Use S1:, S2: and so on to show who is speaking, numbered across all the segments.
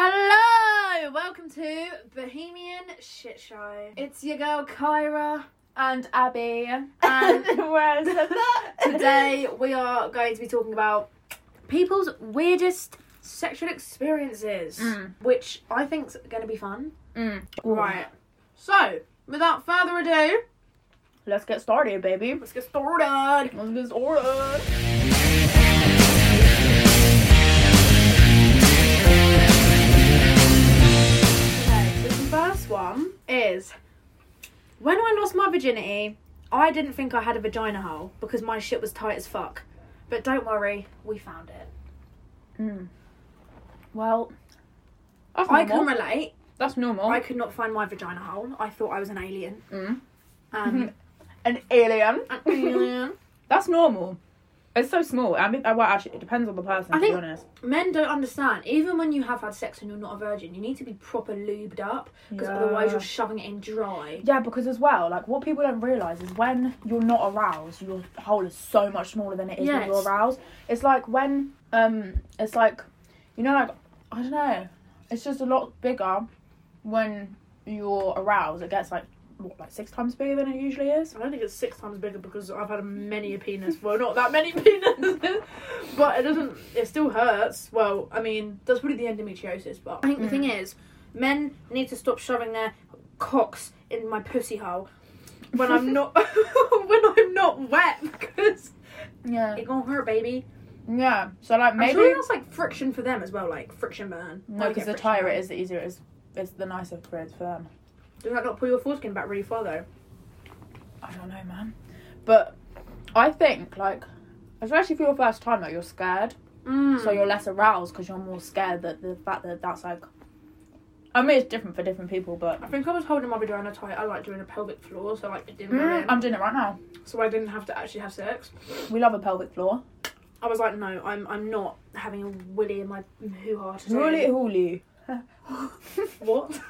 S1: Hello! Welcome to Bohemian Shit Show. It's your girl Kyra and Abby, and
S2: Where is that?
S1: today we are going to be talking about people's weirdest sexual experiences,
S2: Mm.
S1: which I think's going to be fun.
S2: Mm.
S1: Right. So, without further ado,
S2: Let's get started, baby.
S1: let's get started.
S2: Let's get started.
S1: Okay, so the first one is when I lost my virginity, I didn't think I had a vagina hole because my shit was tight as fuck. But don't worry, we found it.
S2: Mm. Well, that's
S1: I
S2: normal.
S1: can relate.
S2: that's normal.
S1: I could not find my vagina hole. I thought I was an alien.
S2: Mm.
S1: Um,
S2: An alien.
S1: an alien.
S2: that's normal. It's so small. I mean, well, actually, it depends on the person.
S1: I
S2: to
S1: think-
S2: be honest.
S1: Men don't understand. Even when you have had sex and you're not a virgin, you need to be proper lubed up because otherwise you're shoving it in dry.
S2: Yeah, because as well, like what people don't realise is when you're not aroused, your hole is so much smaller than it is when you're
S1: Yes.
S2: aroused. It's like when um it's like you know like I don't know. It's just a lot bigger when you're aroused. It gets like what, like six times bigger than it usually is.
S1: I don't think it's six times bigger because I've had many a penis. Well, not that many penises, but it doesn't. It still hurts. Well, I mean, that's probably the endometriosis. But I think the thing
S2: Mm.
S1: is, men need to stop shoving their cocks in my pussy hole when I'm not when I'm not wet because
S2: Yeah.
S1: it gonna hurt, baby.
S2: Yeah. So like
S1: Maybe
S2: maybe
S1: I'm sure that's like friction for them as well, like friction burn.
S2: no,
S1: I'd
S2: because
S1: get
S2: the
S1: friction
S2: tighter
S1: burn.
S2: it is, the easier it is. It's the nicer for it for them.
S1: Does that not pull your foreskin back really far though?
S2: I don't know, man. But I think like especially for your first time, like you're scared.
S1: Mm.
S2: so you're less aroused because you're more scared that the fact that that's like i mean it's different for different people but
S1: I think I was holding my vagina tight. I like doing a pelvic floor, so like it didn't. go in.
S2: Mm, i'm doing it right now
S1: so I didn't have to actually have sex.
S2: we love a pelvic floor
S1: I was like, no, I'm I'm not having a willy in my hoo ha today.
S2: hooly hooly
S1: What?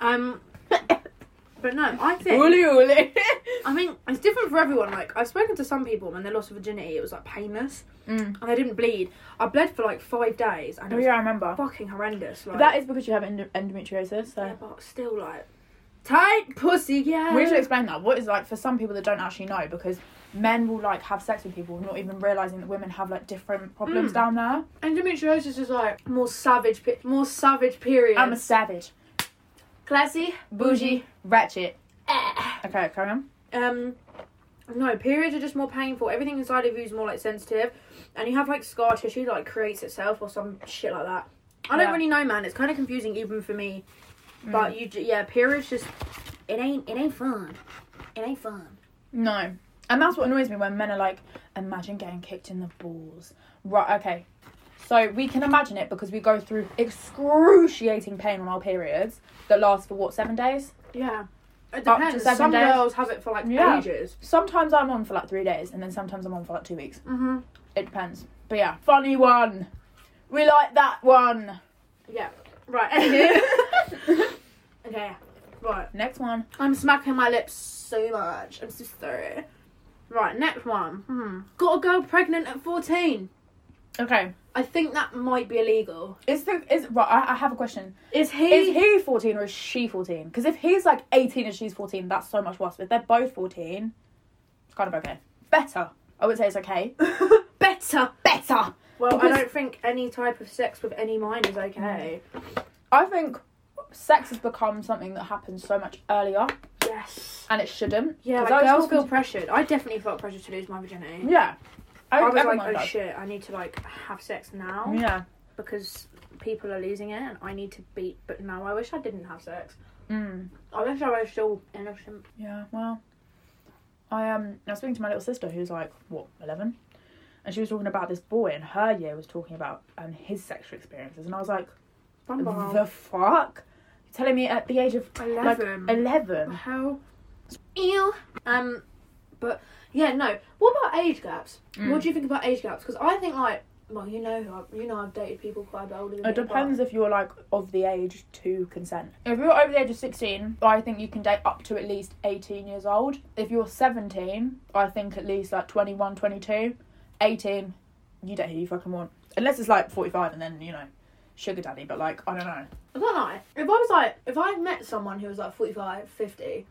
S1: um, but no, I think
S2: hooly hooly
S1: I mean it's different for everyone. Like I've spoken to some people when they lost virginity, it was like painless
S2: mm.
S1: and they didn't bleed. I bled for like five days and it
S2: oh
S1: was
S2: yeah i remember
S1: fucking horrendous. Like,
S2: but that is because you have endo- endometriosis
S1: yeah,
S2: so
S1: but still like tight pussy, yeah.
S2: we should explain that what is like for some people that don't actually know because men will like have sex with people not even realizing that women have like different problems
S1: Mm.
S2: down there
S1: Endometriosis is like more savage, pe- more savage period.
S2: i'm a savage
S1: classy,
S2: bougie ratchet
S1: Eh.
S2: okay carry on
S1: um no periods are just more painful everything inside of you is more like sensitive and you have like scar tissue that like creates itself or some shit like that i don't
S2: Yeah. Mm.
S1: really know man it's kind of confusing even for me but you ju- yeah periods just it ain't it ain't fun it ain't fun
S2: No. And that's what annoys me when men are like, imagine getting kicked in the balls. Right, okay. So we can imagine it because we go through excruciating pain on our periods that last for what, seven days?
S1: yeah it
S2: Up to
S1: depends
S2: seven
S1: some
S2: days.
S1: girls have it for like
S2: Yeah.
S1: ages
S2: Sometimes I'm on for like three days and then sometimes I'm on for like two weeks.
S1: mm-hmm.
S2: It depends. But yeah, funny one. We like that one.
S1: yeah right anyway. okay right
S2: Next one.
S1: I'm smacking my lips so much. I'm so sorry. Right, next one.
S2: Mm-hmm.
S1: Hmm. Got a girl pregnant at 14.
S2: Okay.
S1: I think that might be illegal.
S2: Is the is right? I, I have a question.
S1: Is he?
S2: Is he fourteen or is she fourteen? Because if he's like eighteen and she's fourteen, that's so much worse. But if they're both fourteen, it's kind of okay. Better. I would say it's okay.
S1: better?
S2: better.
S1: Well,
S2: Because-
S1: I don't think any type of sex with any mind is okay.
S2: I think sex has become something that happens so much earlier,
S1: Yes.
S2: and it shouldn't.
S1: Yeah,
S2: 'Cause
S1: like
S2: I was
S1: girls feel
S2: talking
S1: pressured. I definitely felt pressured to lose my virginity.
S2: to- yeah. I,
S1: I was like,
S2: everyone
S1: oh
S2: does. Mm.
S1: shit, I need to like have sex now
S2: Yeah.
S1: because people are losing it and I need to beat. But no, I wish I didn't have sex.
S2: Mm.
S1: I wish I was still innocent.
S2: Yeah. Well, I um, I was speaking to my little sister who's like what eleven, and she was talking about this boy in her year was talking about um his sexual experiences, and I was like,
S1: Bumble.
S2: the fuck, you're telling me at the age of like
S1: 11.
S2: eleven?
S1: How? Ew. Um, but yeah, no. What about age gaps?
S2: Mm.
S1: What do you think about age gaps? Because I think like, well, you know, who I, you know, I've dated people quite a bit older. Than
S2: It
S1: me, but-
S2: depends if you're like of the age to consent. If you're over the age of 16, I think you can date up to at least 18 years old. If you're 17, I think at least like 21, 22, 18, you date who you fucking want. Unless it's like 45 and then, you know, sugar daddy, but like, I don't know.
S1: I don't know. If I was like, if I met someone who was like 45, 50,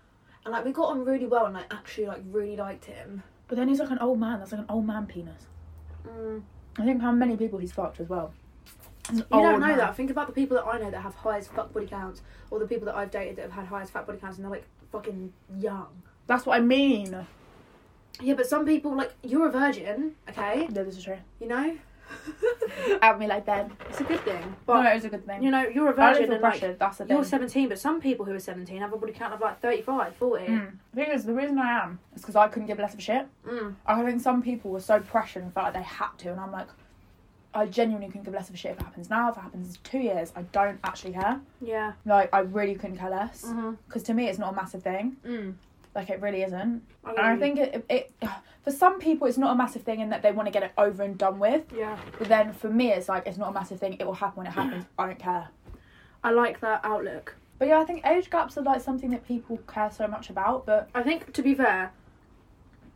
S1: and like we got on really well and like actually like really liked him.
S2: But then he's like an old man. That's like an old man penis.
S1: Mm,
S2: I think how many people he's fucked as well. You
S1: you don't know that. Think about the people that I know that have highest fuck body counts, or the people that I've dated that have had highest fat body counts, and they're like fucking young.
S2: That's what I mean.
S1: Yeah, but some people like you're a virgin, okay?
S2: No, this is true.
S1: You know,
S2: At me like that.
S1: it's a good thing.
S2: no,
S1: But
S2: it was a good thing.
S1: you know, you're a
S2: I don't
S1: virgin
S2: feel
S1: and like,
S2: pressured. that's the thing.
S1: you're 17. But some people who are 17 have a body count of like 35, 40.
S2: Mm. The thing is, the reason I am is because I couldn't give less of a shit.
S1: Mm.
S2: I think some people were so pressured and felt like they had to, and I'm like, I genuinely couldn't give less of a shit if it happens now. If it happens in two years, I don't actually care.
S1: Yeah.
S2: Like, I really couldn't care less.
S1: Mm-hmm.
S2: Because to me, it's not a massive thing.
S1: Mm.
S2: Like, it really isn't.
S1: I,
S2: And I think it, it, it, for some people, it's not a massive thing in that they want to get it over and done with.
S1: yeah,
S2: But then for me, it's like, it's not a massive thing. It will happen when it happens. I don't care.
S1: I like that outlook.
S2: But yeah, I think age gaps are like something that people care so much about. But
S1: I think to be fair,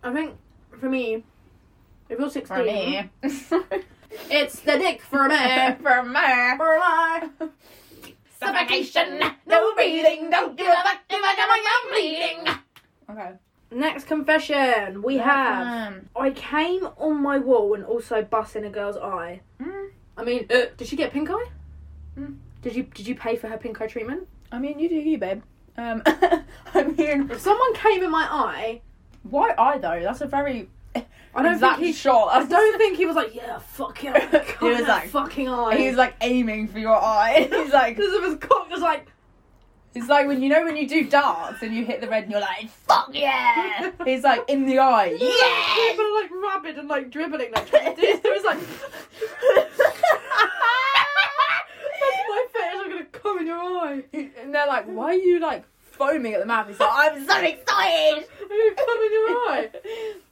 S1: I think for me, if you're
S2: for
S1: sixteen,
S2: me,
S1: it's the dick for me.
S2: for me,
S1: for me.
S2: suffocation, no breathing, don't give a fuck if I come on, you're bleeding. Okay.
S1: Next confession we have.
S2: um,
S1: I came on my wall and also bust in a girl's eye.
S2: Mm.
S1: I mean, uh, did she get pink eye?
S2: Mm.
S1: Did you did you pay for her pink eye treatment?
S2: I mean, you do you, babe. Um, I mean,
S1: If someone came in my eye,
S2: why I though? That's a very
S1: I don't
S2: exact
S1: think he.
S2: shot.
S1: I don't think he was like, yeah, fuck yeah, cock
S2: He was
S1: in her
S2: like-
S1: fucking eye.
S2: He's like aiming for your eye. He's like,
S1: because of his cock was like,
S2: it's like when you know when you do darts and you hit the red and you're like, fuck yeah. He's like in the eye.
S1: yeah,
S2: Yeah.
S1: people are like rabid and like dribbling like this. It was like. That's my fetish. I'm gonna come in your eye.
S2: and they're like, why are you like foaming at the mouth? He's like, I'm so excited.
S1: I'm gonna come in your eye.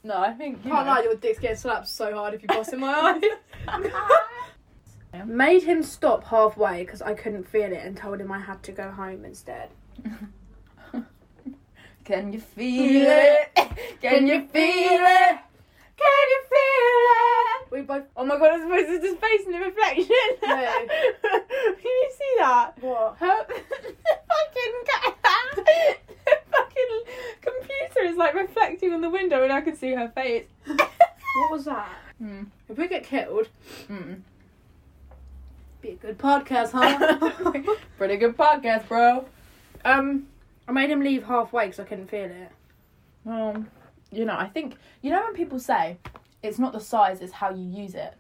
S2: No, I think you
S1: Can't
S2: know.
S1: lie, your dick's getting slapped so hard if you bust in my eye. Made him stop halfway because I couldn't feel it and told him I had to go home instead.
S2: Can you feel it? Can you feel it? Can you feel it?
S1: We both.
S2: Oh my god, I suppose it's his face in the reflection.
S1: Yeah.
S2: Can you see that?
S1: What?
S2: Her fucking ca- the fucking computer is like reflecting on the window and I can see her face.
S1: What was that?
S2: Mm.
S1: If we get killed,
S2: Mm.
S1: be a good podcast, huh?
S2: Pretty good podcast, bro. Um,
S1: I made him leave halfway because I couldn't feel it.
S2: well, Um, you know, I think you know when people say it's not the size, it's how you use it.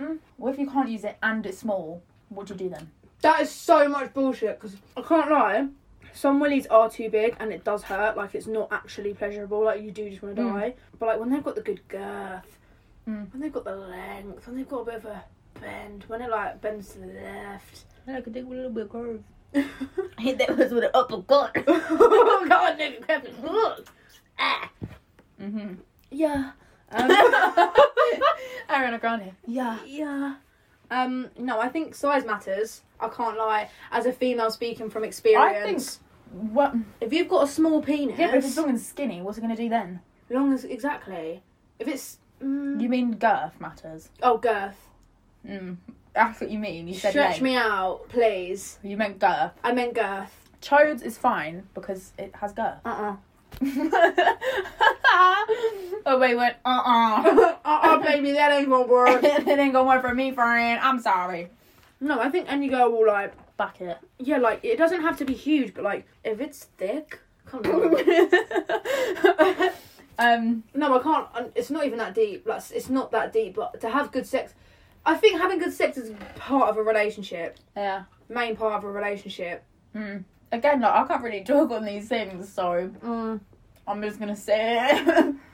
S2: Mm. What if you can't use it and it's small? What do you do then?
S1: That is so much bullshit because I can't lie. Some willies are too big and it does hurt. Like it's not actually pleasurable. Like you do just want to
S2: Mm.
S1: die. But like when they've got the good girth,
S2: Mm.
S1: when they've got the length, when they've got a bit of a bend, when it like bends to the left.
S2: I could dig with a little bit of curve.
S1: oh
S2: Hit that was with an uppercut.
S1: God, nigga, Kevin, look. Ah.
S2: Mm-hmm.
S1: Yeah. Um,
S2: Ariana Grande. Yeah.
S1: yeah. Um, no, I think size matters. I can't lie. As a female speaking from experience,
S2: What?
S1: if you've got a small penis,
S2: Yeah, but if it's long and skinny, what's it going to do then?
S1: Long as exactly. If it's mm,
S2: You mean girth matters?
S1: oh girth,
S2: Mm. That's what you mean. You said
S1: stretch
S2: length.
S1: me out, please.
S2: You meant girth.
S1: I meant girth.
S2: Chodes is fine because it has girth.
S1: Uh uh-uh.
S2: oh wait, went uh uh
S1: uh. baby, that ain't gonna work.
S2: it ain't gonna work for me, friend. I'm sorry.
S1: no, I think any girl will like.
S2: Fuck it.
S1: Yeah, like it doesn't have to be huge, but like if it's thick, come on.
S2: um.
S1: no, I can't. um, It's not even that deep. Like it's not that deep. But to have good sex, I think having good sex is part of a relationship.
S2: Yeah.
S1: Main part of a relationship.
S2: Mm. Again, like I can't really talk on these things, so
S1: Mm.
S2: I'm just gonna say it.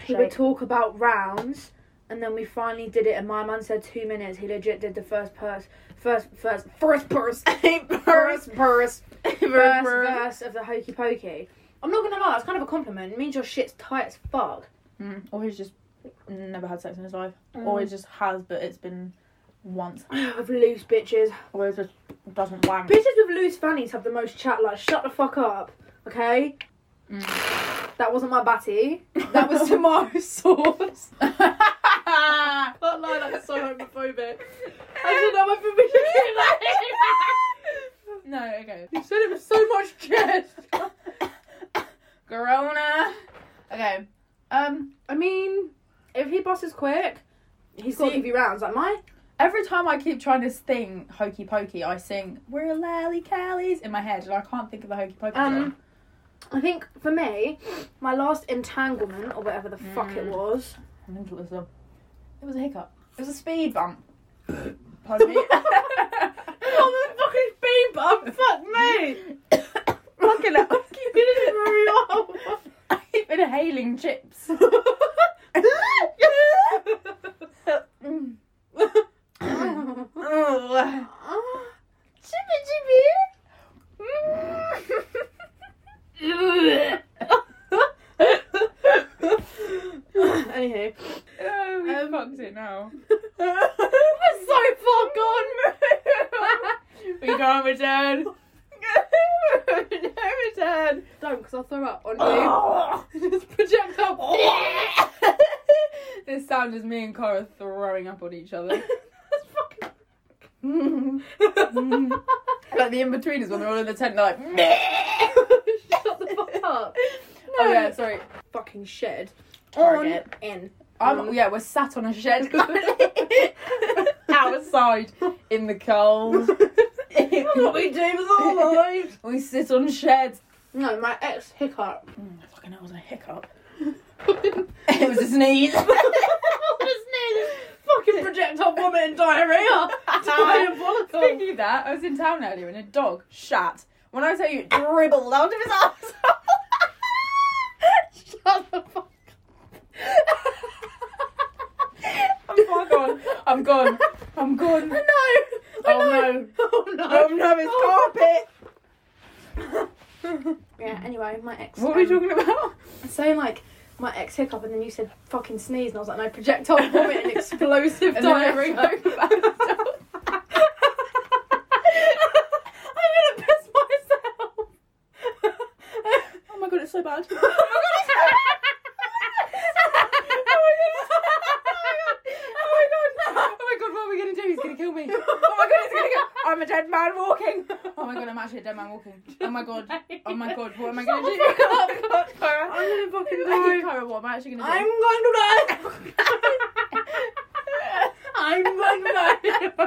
S1: He
S2: Shake.
S1: would talk about rounds, and then we finally did it. And my man said two minutes. He legit did the first purse, first first first purse, first purse, first verse of the hokey pokey. I'm not gonna lie, that's kind of a compliment. It means your shit's tight as fuck.
S2: Mm. Or he's just never had sex in his life. Or he
S1: Always
S2: just has, but it's been once.
S1: with loose bitches.
S2: Or he just doesn't wank.
S1: Bitches with loose fannies have the most chat. Like, shut the fuck up, okay? That wasn't my batty. That was tomorrow's sauce.
S2: That
S1: Can't lie, that was so homophobic. I should not have permission to
S2: No, okay.
S1: You said it with so much chest.
S2: Corona. Okay. Um,
S1: I mean, if he bosses quick, he's
S2: See-
S1: got to give you rounds. Like my
S2: every time I keep trying to sing Hokey Pokey, I sing We're Lally Callies in my head, and I can't think of the Hokey Pokey.
S1: Um,
S2: song.
S1: I think for me, my last entanglement or whatever the fuck it
S2: Mm.
S1: was.
S2: I'm into this one. It was a hiccup. It was a speed bump. Pardon me.
S1: the fucking speed bump. Fuck
S2: Fucking hell.
S1: You did it very well.
S2: I keep inhaling chips. Mm. Oh.
S1: Anywho,
S2: Oh, we
S1: Um,
S2: fucked it now.
S1: that's so far gone.
S2: we can't return. no return.
S1: Don't, because I'll throw up on you. Just project up.
S2: this sound is me and Cora throwing up on each other.
S1: That's fucking.
S2: like the in betweeners when they're all in the tent, they're like, "Meh."
S1: Shut the fuck up.
S2: oh yeah, sorry.
S1: Fucking shed.
S2: Target.
S1: On in.
S2: I'm, yeah, we're sat on a shed outside in the cold.
S1: That's what we do with our lives.
S2: we sit on sheds.
S1: No, my ex hiccup.
S2: Mm, fucking hell, it was a hiccup.
S1: fucking
S2: It was a sneeze.
S1: projectile vomit and diarrhea. Diabolical.
S2: Speaking of that, I was in town earlier and a dog shat. When I tell you, it dribbled out of his asshole.
S1: Shut the fuck
S2: I'm far gone. I'm gone. I'm gone.
S1: No. I
S2: Oh,
S1: know.
S2: no.
S1: Oh no.
S2: Oh no, it's carpet.
S1: Yeah. Anyway, my ex.
S2: what were we
S1: um,
S2: talking about?
S1: saying like my ex hiccup and then you said fucking sneeze and I was like no projectile vomit and explosive
S2: And then I
S1: diarrhea.
S2: spoke about it. I'm gonna piss myself. oh my god, it's so bad. Oh my god, it's so bad. Oh my god. Oh my god. Oh my god. Oh my god, what are we gonna do? He's gonna kill me. Oh my god, he's gonna go. I'm a dead man walking. Oh my god, I'm actually a dead man walking. Oh my god. Oh my god, what am I gonna do? Oh my god, Cara.
S1: I'm gonna fucking
S2: Hey,
S1: die.
S2: Cara, what am I actually gonna
S1: I'm
S2: do?
S1: going to die. I'm going to die.
S2: No,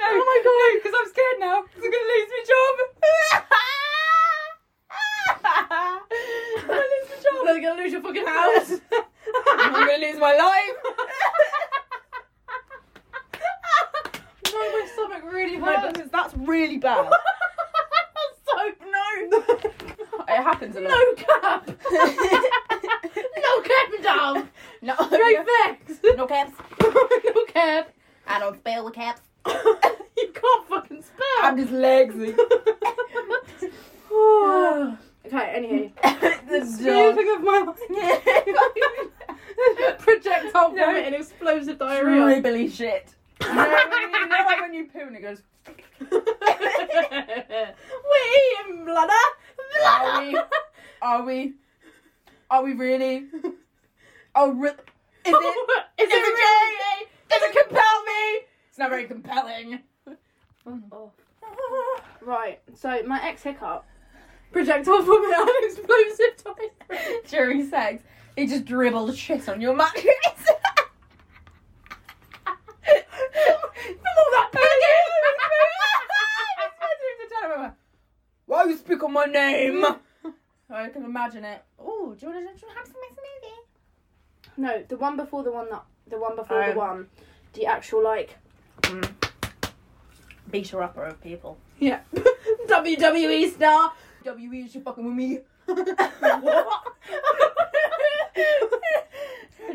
S2: oh my god, because I'm scared now. 'cause I'm gonna lose my job. I'm gonna lose my job.
S1: You're gonna lose your fucking house.
S2: I'm gonna lose my life.
S1: no, my stomach really
S2: No,
S1: hurts.
S2: because that's really bad.
S1: so no.
S2: It happens a lot.
S1: No cap. no cap, down.
S2: No,
S1: Great vex.
S2: no caps.
S1: no cap.
S2: I don't spell with caps.
S1: you can't fucking spell.
S2: I'm just lagsy.
S1: okay, anyway.
S2: the dog.
S1: Speaking of my projectile
S2: No.
S1: vomit and explosive diarrhea.
S2: Dribbly shit. You know, when you, you know, like when you poo and it goes.
S1: We're eating bladder.
S2: Are we? Are we? Are we really? Oh, re- is it?
S1: Is
S2: Is it
S1: it
S2: Does it compel me? It's not very compelling.
S1: Oh. Right, so my ex hiccup. Projectile vomit and explosive diarrhea.
S2: During sex, he just dribbled shit on your mattress. Why you speak on my name? Oh, I can imagine it. Oh, do you want to have some smoothie?
S1: No, the one before the one that the one before
S2: Oh.
S1: the one. The actual like
S2: Beat her upper of people.
S1: yeah WWE E star.
S2: W E is you fucking with me.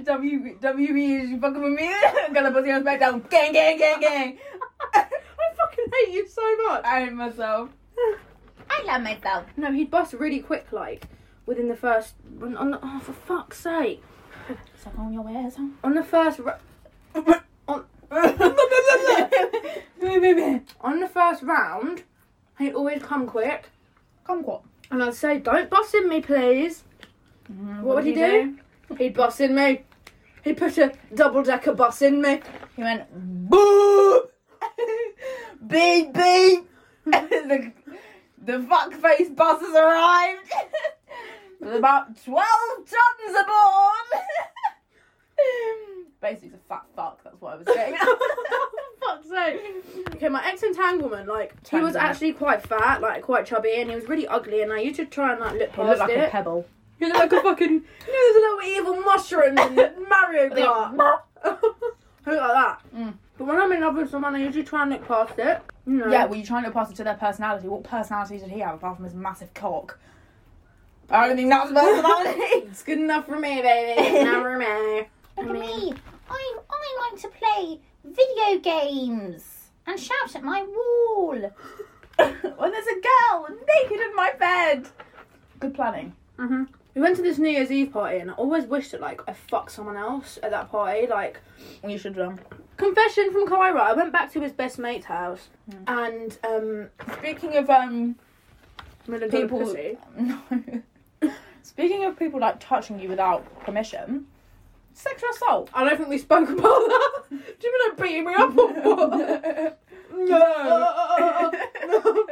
S2: W W E is you fucking with me. I'm gonna put the arms back down. Gang gang gang gang.
S1: I fucking hate you so much.
S2: I hate myself. I love myself.
S1: No, he'd bust really quick, like within the first. On, on the, oh, for fuck's sake!
S2: Suck on your ass.
S1: On the first, ra- on the first round, he'd always come quick,
S2: Kumquat.
S1: and I'd say, "Don't bust in me, please." What would he do? He'd bust in me. He put a double decker bus in me.
S2: He went boop, beep beep. the the fuck face bus has arrived. With about twelve tons aboard. Basically, it's a fat fuck. That's what I was getting. at.
S1: Fuck's sake. Okay, my ex entanglement, like he was
S2: Entanglement.
S1: actually quite fat, like quite chubby, and he was really ugly. And I used to try and like look
S2: He
S1: past
S2: looked like
S1: it.
S2: a pebble.
S1: you look like a fucking, you know, there's a little evil mushroom in the Mario Kart. I look like that.
S2: Mm.
S1: But when I'm in love with someone, I usually try and look past it. You know.
S2: Yeah, well, you try and look past it to their personality. What personality did he have apart from his massive cock? I don't think that's personality.
S1: it's good enough for me, baby. Now for me.
S3: Look
S1: I
S3: at
S1: mean-
S3: me. I I like to play video games and shout at my wall.
S2: when there's a girl naked in my bed. Good planning.
S1: hmm We went to this New Year's Eve party, and I always wished that like I fucked someone else at that party. Like
S2: Well, you should um, have done.
S1: confession from Kyra, I went back to his best mate's house,
S2: Mm.
S1: and um,
S2: Speaking of um,
S1: million dollar
S2: people.
S1: pussy.
S2: No. Speaking of people like touching you without permission, sexual assault.
S1: I don't think we spoke about that. Do you mean like beating me up or what? no.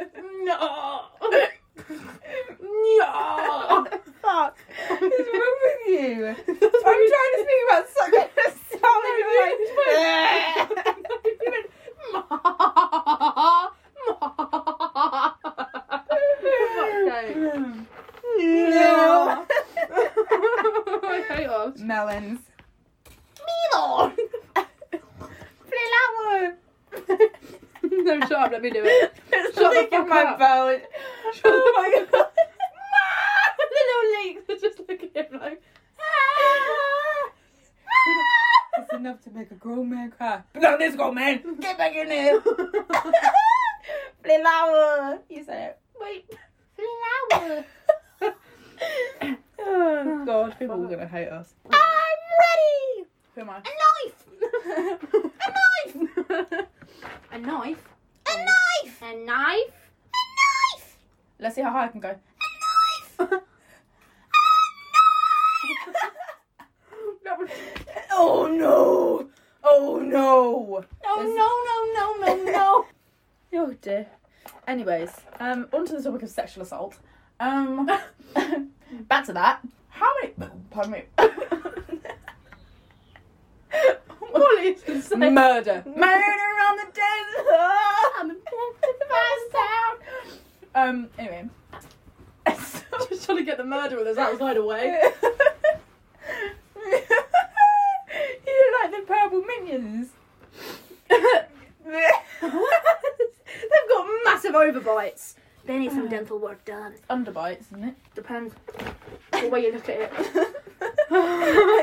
S1: no. no.
S2: Fuck. What's wrong with you?
S1: That's what
S2: I'm
S1: we-
S2: trying to speak about sexual assault. and you're like,
S1: It's fine. You went, "Ma, ma." For
S2: No.
S1: I hate us.
S2: Melons.
S3: Milo,
S2: Flower.
S1: No, shut up, let me do it.
S2: It's
S1: Shut the
S2: like in
S1: fuck
S2: my
S1: up.
S2: bone.
S1: the
S2: Oh my god.
S1: the little leaks are just looking at him like,
S2: It's enough to make a grown man cry. But not this grown man. Get back in there. Flower. You said it.
S1: wait.
S3: flower.
S2: Oh god, people are gonna hate us.
S3: I'm ready.
S2: Who am I?
S3: A knife. A knife. A
S1: A knife.
S3: knife.
S1: A knife.
S3: Knife.
S2: Let's see how high I can go.
S1: That was-
S2: Oh no! Oh no!
S1: Oh, no, no, no, no, no.
S2: Oh dear. Anyways, um, onto the topic of sexual assault. Um, back to that. How many? Pardon me.
S1: What is this?
S2: Murder. Murder on the desert.
S1: I'm in
S2: First town. Um. Anyway.
S1: Just trying to get the murderers outside away.
S2: you like the purple minions?
S1: They've got massive overbites. They need some dental work done.
S2: Underbites, isn't it?
S1: Depends the way you look at it.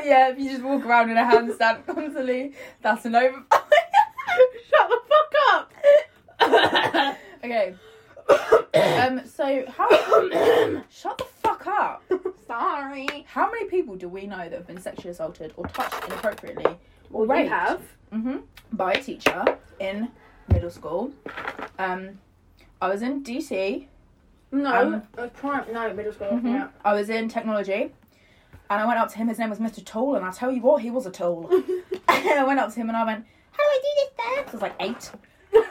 S2: yeah, if you just walk around in a handstand constantly, that's an over.
S1: Shut the fuck up!
S2: okay. Um. So how? Shut the fuck up.
S1: Sorry.
S2: How many people do we know that have been sexually assaulted or touched inappropriately or
S1: We
S2: raped
S1: have.
S2: hmm by a teacher in middle school? Um, I was in DT.
S1: No,
S2: Um,
S1: uh, prime, no, middle school.
S2: Mhm.
S1: Yeah.
S2: I was in technology, and I went up to him. His name was Mr. Tool, and I tell you what, he was a tool. I went up to him and I went,
S3: How do I do this then?
S2: I was like eight.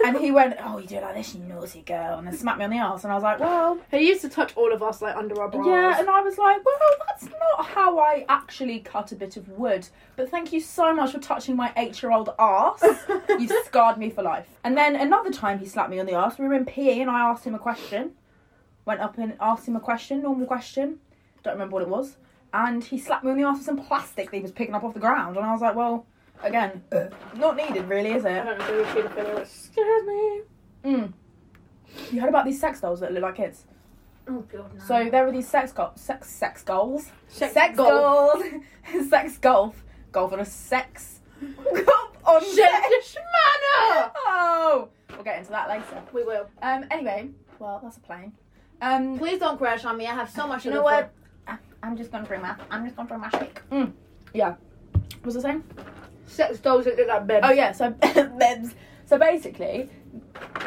S2: And he went, Oh, you do it like this, you naughty girl. And then smacked me on the arse. And I was like, Well,
S1: He used to touch all of us like under our bras.
S2: yeah. And I was like, Well, that's not how I actually cut a bit of wood. But thank you so much for touching my eight year old arse. You've scarred me for life. And then another time he slapped me on the arse. We were in PE and I asked him a question. Went up and asked him a question, normal question. Don't remember what it was. And he slapped me on the arse with some plastic that he was picking up off the ground. And I was like, Well, again, not needed, really, is
S1: I
S2: it?
S1: don't know if he was a pedophile. It scares me.
S2: Mm. You heard about these sex dolls that look like kids.
S1: Oh god, no.
S2: So there were these sex go- sex sex goals,
S1: Sex
S2: goals, sex golf, golf on a sex golf on sex.
S1: Shit, manner.
S2: Oh, we'll get into that later.
S1: We will.
S2: Um. Anyway, well, that's a plane. Um.
S1: Please don't crash on me. I have so much.
S2: You know what? I- I'm just gonna drink my. I'm just gonna drink my shake. Mm. Yeah. Was the same.
S1: Sex dolls that look like bed.
S2: Oh yeah, so bebs. So basically,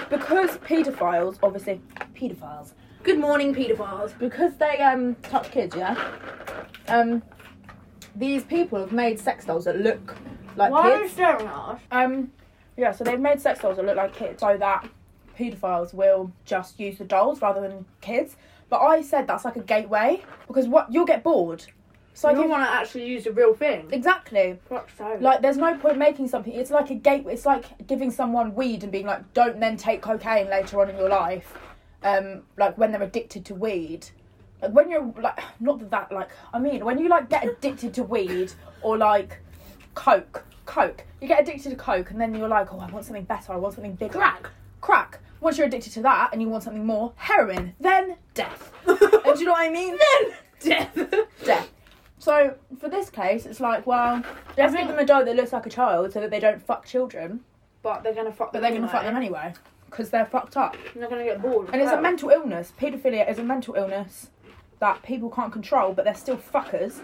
S2: because paedophiles, obviously paedophiles,
S1: Good morning, paedophiles.
S2: because they um touch kids, yeah. Um, these people have made sex dolls that look like
S1: Why are you
S2: kids.
S1: staring at us?
S2: Um, yeah, so they've made sex dolls that look like kids so that paedophiles will just use the dolls rather than kids. But I said that's like a gateway because what you'll get bored. So
S1: I
S2: I
S1: don't
S2: give
S1: want to actually use a real thing.
S2: exactly
S1: Fuck so.
S2: like there's no point making something. It's like a gateway. It's like giving someone weed and being like, don't then take cocaine later on in your life. Um, like when they're addicted to weed. Like when you're like not that, that like I mean when you like get addicted to weed or like coke coke you get addicted to coke and then you're like oh I want something better I want something bigger
S1: crack.
S2: crack. Once you're addicted to that and you want something more, heroin, then death. and do you know what I mean? Then
S1: Death.
S2: death. So for this case, it's like, well, let's give them a doll that looks like a child so that they don't fuck children,
S1: But they're gonna fuck. them
S2: but they're gonna
S1: anyway.
S2: fuck them anyway because they're fucked up.
S1: And they're gonna get bored.
S2: And it's a
S1: Well,
S2: mental illness. Paedophilia is a mental illness that people can't control, but they're still fuckers.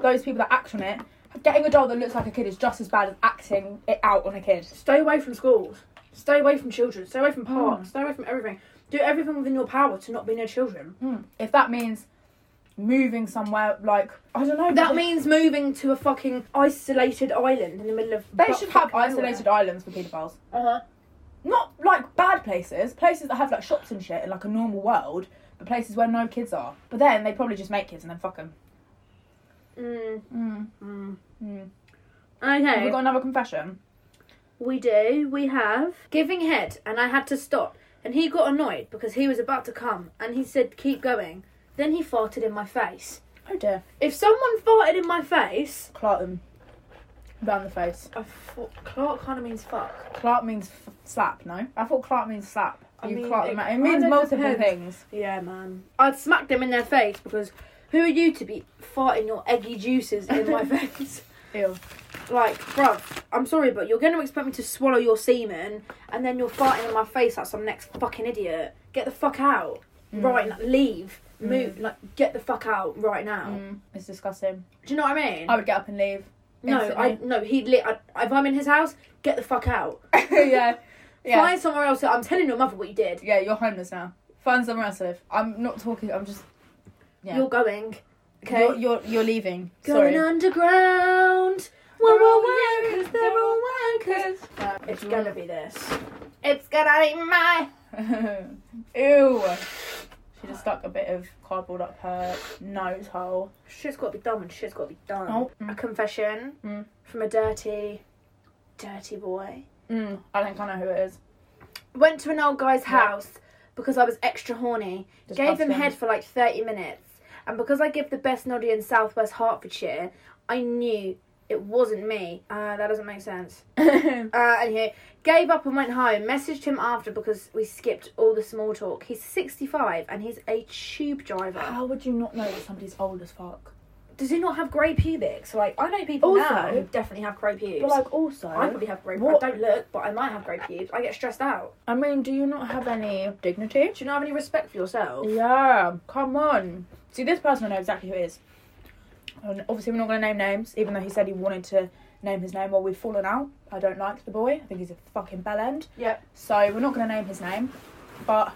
S2: Those people that act on it. Getting a doll that looks like a kid is just as bad as acting it out on a kid.
S1: Stay away from schools. Stay away from children. Stay away from parks. Stay away from everything. Do everything within your power to not be near children.
S2: If that means moving somewhere, like I don't know,
S1: That means moving to a fucking isolated island in the middle of.
S2: They
S1: bu-
S2: should have
S1: fucking nowhere.
S2: isolated islands for paedophiles.
S1: Uh-huh.
S2: Not like bad places, places that have like shops and shit in like a normal world, but places where no kids are. But then they probably just make kids and then fuck them.
S1: Mm.
S2: Mm.
S1: Mm.
S2: Mm.
S1: Okay.
S2: We got another confession.
S1: We do. We have giving head, and I had to stop. And he got annoyed because he was about to come, and he said, "Keep going." Then he farted in my face.
S2: Oh dear,
S1: If someone farted in my face,
S2: clout them round the face.
S1: I thought Clark kind of means fuck.
S2: Clout means f- slap. No, I thought clout means slap.
S1: I
S2: you
S1: mean,
S2: clout
S1: it
S2: them. out. It
S1: kinda
S2: means multiple
S1: depends.
S2: things.
S1: Yeah, man. I'd smack them in their face because who are you to be farting your eggy juices in my face?
S2: Ew.
S1: Like, bruv, I'm sorry, but you're going to expect me to swallow your semen and then you're farting in my face like some next fucking idiot. Get the fuck out.
S2: Mm.
S1: Right, now. leave. Move. Like, get the fuck out right now.
S2: Mm. It's disgusting.
S1: Do you know what I mean?
S2: I would get up and leave.
S1: no, I
S2: instantly.
S1: no. He lit. I, if I'm in his house, get the fuck out.
S2: yeah, yeah.
S1: Find somewhere else. I'm telling your mother what you did.
S2: Yeah, you're homeless now. Find somewhere else to live. I'm not talking. I'm just. Yeah.
S1: You're going. Okay.
S2: You're, you're you're leaving.
S1: Going
S2: Sorry.
S1: underground. We're all wankers. They're all wankers. It's
S2: It's
S1: gonna be this. It's gonna be my.
S2: Ew. She just stuck a bit of cardboard up her nose hole.
S1: Shit's gotta be done when shit's gotta be done.
S2: Oh.
S1: A confession
S2: Mm.
S1: from a dirty, dirty boy.
S2: Mm, I think I know who it is.
S1: Went to an old guy's
S2: Yeah.
S1: house because I was extra horny.
S2: Just
S1: Gave
S2: bust
S1: him
S2: in.
S1: head for like 30 minutes. And because I give the best noddy in Southwest Hertfordshire, I knew it wasn't me. Uh, that doesn't make sense. Uh, anyway, gave up and went home. Messaged him after because we skipped all the small talk. He's 65 and he's a tube driver.
S2: How would you not know that somebody's old as fuck?
S1: Does he not have grey pubics? Like, I know people
S2: Also-
S1: now who definitely have grey pubes.
S2: But like also,
S1: I probably have grey pubes.
S2: What-
S1: I don't look, but I might have grey pubes. I get stressed out.
S2: I mean, do you not have any dignity?
S1: Do you not have any respect for yourself?
S2: Yeah, come on. See, this person I know exactly who it is. And obviously, we're not going to name names, even though he said he wanted to name his name. Well, we've fallen out. I don't like the boy. I think he's a fucking bell end.
S1: Yep.
S2: So we're not going to name his name, but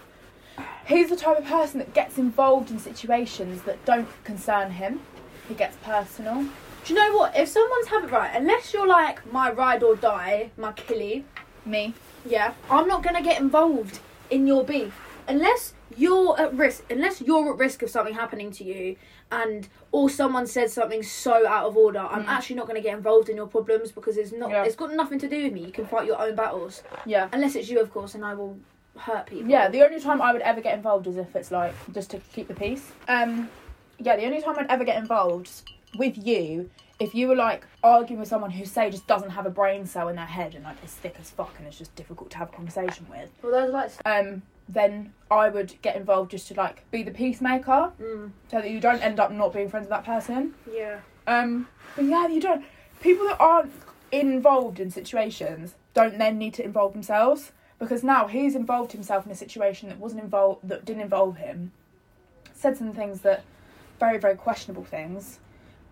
S2: he's the type of person that gets involved in situations that don't concern him. He gets personal.
S1: Do you know what? If someone's having right, unless you're like my ride or die, my killie,
S2: Me.
S1: yeah, I'm not gonna get involved in your beef unless you're at risk. Unless you're at risk of something happening to you, and or someone says something so out of order, I'm actually not gonna get involved in your problems because it's not.
S2: Mm. Yeah.
S1: It's got nothing to do with me. You can fight your own battles,
S2: Yeah.
S1: unless it's you, of course, and I will hurt people.
S2: Yeah, the only time I would ever get involved is if it's like just to keep the peace. Um, yeah, the only time I'd ever get involved with you if you were like arguing with someone who say just doesn't have a brain cell in their head and like is thick as fuck and it's just difficult to have a conversation with.
S1: well, those are like.
S2: Um, then I would get involved just to like be the peacemaker
S1: Mm,
S2: so that you don't end up not being friends with that person.
S1: yeah.
S2: Um, but yeah, you don't. People that aren't involved in situations don't then need to involve themselves because now he's involved himself in a situation that wasn't involved that didn't involve him. Said some things that very very questionable things,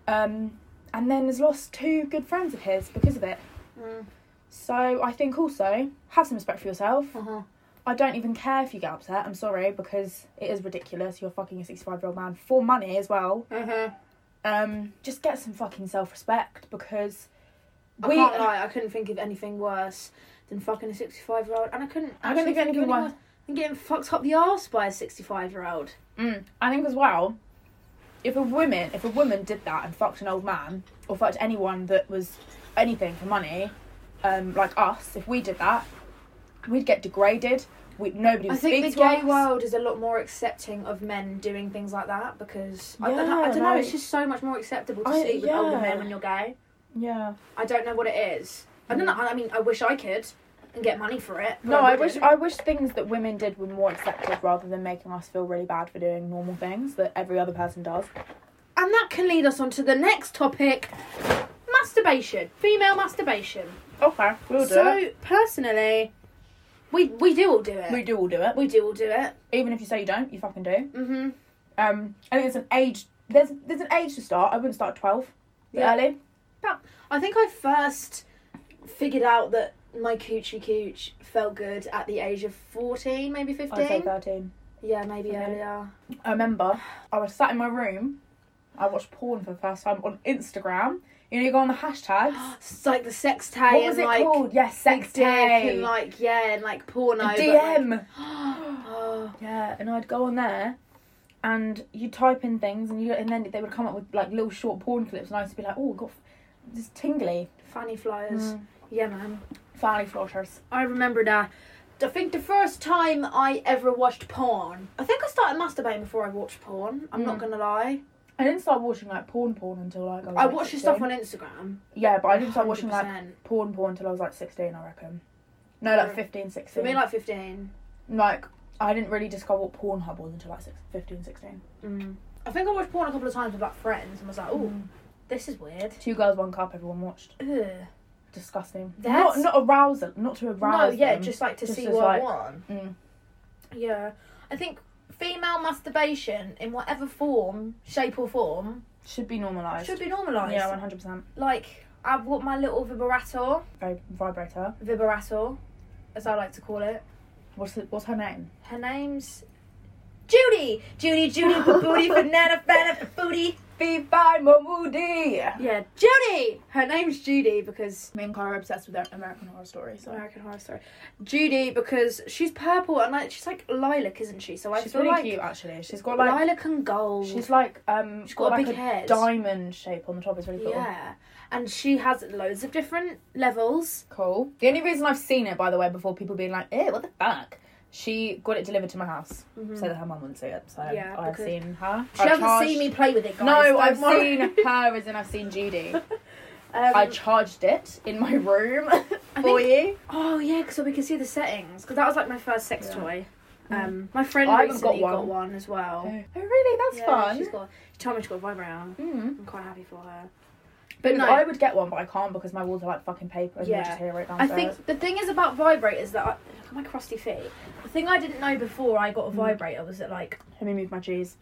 S2: um, and then has lost two good friends of his because of it.
S1: Mm,
S2: So I think also have some respect for yourself.
S1: uh-huh.
S2: I don't even care if you get upset. I'm sorry because it is ridiculous. You're fucking a 65 year old man for money as well.
S1: Uh-huh.
S2: um, just get some fucking self respect because
S1: I
S2: we.
S1: can't lie, I couldn't think of anything worse than fucking a 65 year old, and I couldn't.
S2: I don't
S1: actually
S2: think anything
S1: of any
S2: worse.
S1: than getting fucked up the arse by a 65 year old.
S2: Mm, I think as well, if a woman if a woman did that and fucked an old man or fucked anyone that was anything for money, um, like us, if we did that, we'd get degraded. We nobody
S1: I
S2: would
S1: think
S2: speak
S1: the
S2: to
S1: gay
S2: us.
S1: world is a lot more accepting of men doing things like that because I, don't, know, I
S2: Yeah,
S1: don't know. It's
S2: like-
S1: just so much more acceptable to
S2: I-
S1: sleep with older
S2: yeah.
S1: men when you're gay.
S2: Yeah.
S1: I don't know what it is. I don't know. I mean, I wish I could and get money for it. but
S2: No, I wish
S1: wouldn't.
S2: I wish things that women did were more accepted rather than making us feel really bad for doing normal things that every other person does.
S1: And that can lead us on to the next topic: masturbation, female masturbation.
S2: Okay, we'll do it.
S1: So personally, we we do all do it.
S2: We
S1: We,
S2: do all do it.
S1: do all do it.
S2: Even if you say you don't, you fucking do.
S1: Mhm.
S2: Um, I think there's an age. There's there's an age to start. I wouldn't start at twelve.
S1: Yeah.
S2: Yeah. Early.
S1: I think I first figured out that my coochie cooch felt good at the age of fourteen, maybe
S2: I'd say
S1: fifteen.
S2: thirteen.
S1: Yeah, maybe
S2: Okay.
S1: earlier.
S2: I remember I was sat in my room. I watched porn for the first time on Instagram. You know, you go on the hashtags.
S1: It's like the sex tag.
S2: what was
S1: and
S2: it
S1: like,
S2: called? Yes,
S1: big
S2: sex
S1: dick
S2: day.
S1: and like yeah, and like porno. but, like-
S2: DM.
S1: oh,
S2: Yeah, and I'd go on there, and you type in things, and you and then they would come up with like little short porn clips, and I'd just be like, oh, got just tingly.
S1: fanny flyers.
S2: Mm.
S1: Yeah, man.
S2: Fanny flutters.
S1: I remember that. I think the first time I ever watched porn, I think I started masturbating before I watched porn. I'm not
S2: Mm.
S1: gonna lie.
S2: I didn't start watching like porn porn until like I was.
S1: I
S2: like,
S1: watched the
S2: 16.
S1: stuff on Instagram.
S2: Yeah, but I didn't start watching like
S1: 100%.
S2: porn porn until I was like sixteen, I reckon. No, like
S1: Yeah.
S2: 15, 16.
S1: Mm. for me, like 15.
S2: like I didn't really discover what Pornhub was until like six, 15, 16.
S1: Mm. I think I watched porn a couple of times with like friends and was like, oh,
S2: Mm.
S1: this is weird.
S2: Two girls, one cup. Everyone watched.
S1: Ugh.
S2: Disgusting.
S1: That's-
S2: Not not arousal. Not to
S1: No,
S2: arouse.
S1: yeah,
S2: them.
S1: just like to
S2: Just
S1: see
S2: as,
S1: what
S2: like-
S1: I want.
S2: Mm.
S1: Yeah. I think female masturbation in whatever form, shape or form,
S2: should be normalised.
S1: should be normalised.
S2: Yeah, one hundred percent.
S1: Like, I've got my little vibrator,
S2: Vibrator.
S1: vibrator, as I like to call it.
S2: What's the, what's her name?
S1: Her name's Judy. Judy, Judy, booty, banana, banana, booty.
S2: Be by Momoody.
S1: Yeah, Judy. Her name's Judy because
S2: Me and Cara are obsessed with their American Horror Story. So
S1: American Horror Story. Judy because she's purple and like she's like lilac, isn't she? So I
S2: she's
S1: feel
S2: really
S1: like
S2: cute actually. She's got like
S1: lilac and gold.
S2: she's like um
S1: She's got a
S2: like
S1: big head.
S2: diamond shape on the top. It's really cool.
S1: yeah, and she has loads of different levels.
S2: Cool. The only reason I've seen it, by the way, before people being like, "Eh, what the fuck," she got it delivered to my house. so that her mum wouldn't see it. So
S1: Hmm. Yeah,
S2: I've
S1: because-
S2: seen her.
S1: She
S2: Mm-hmm. I
S1: hasn't
S2: charged-
S1: seen me play with it, guys.
S2: No,
S1: don't
S2: I've
S1: worry.
S2: seen her as in I've seen Judy.
S1: Um,
S2: I charged it in my room for you.
S1: oh yeah, so we can see the settings. Because that was like my first sex
S2: Yeah. Mm.
S1: toy. Um, my friend
S2: I haven't got
S1: recently got one.
S2: one.
S1: as well.
S2: Oh, really? That's
S1: Yeah,
S2: fun.
S1: She's got. She told me she got a vibram.
S2: Mm.
S1: I'm quite happy for her. But
S2: But
S1: no,
S2: I would get one, but I can't because my walls are like fucking paper. And
S1: Yeah.
S2: yeah, just hear it
S1: I think the thing is about vibrators that I, look at my crusty feet. The thing I didn't know before I got a
S2: Mm.
S1: vibrator was that like
S2: Let me move my cheese.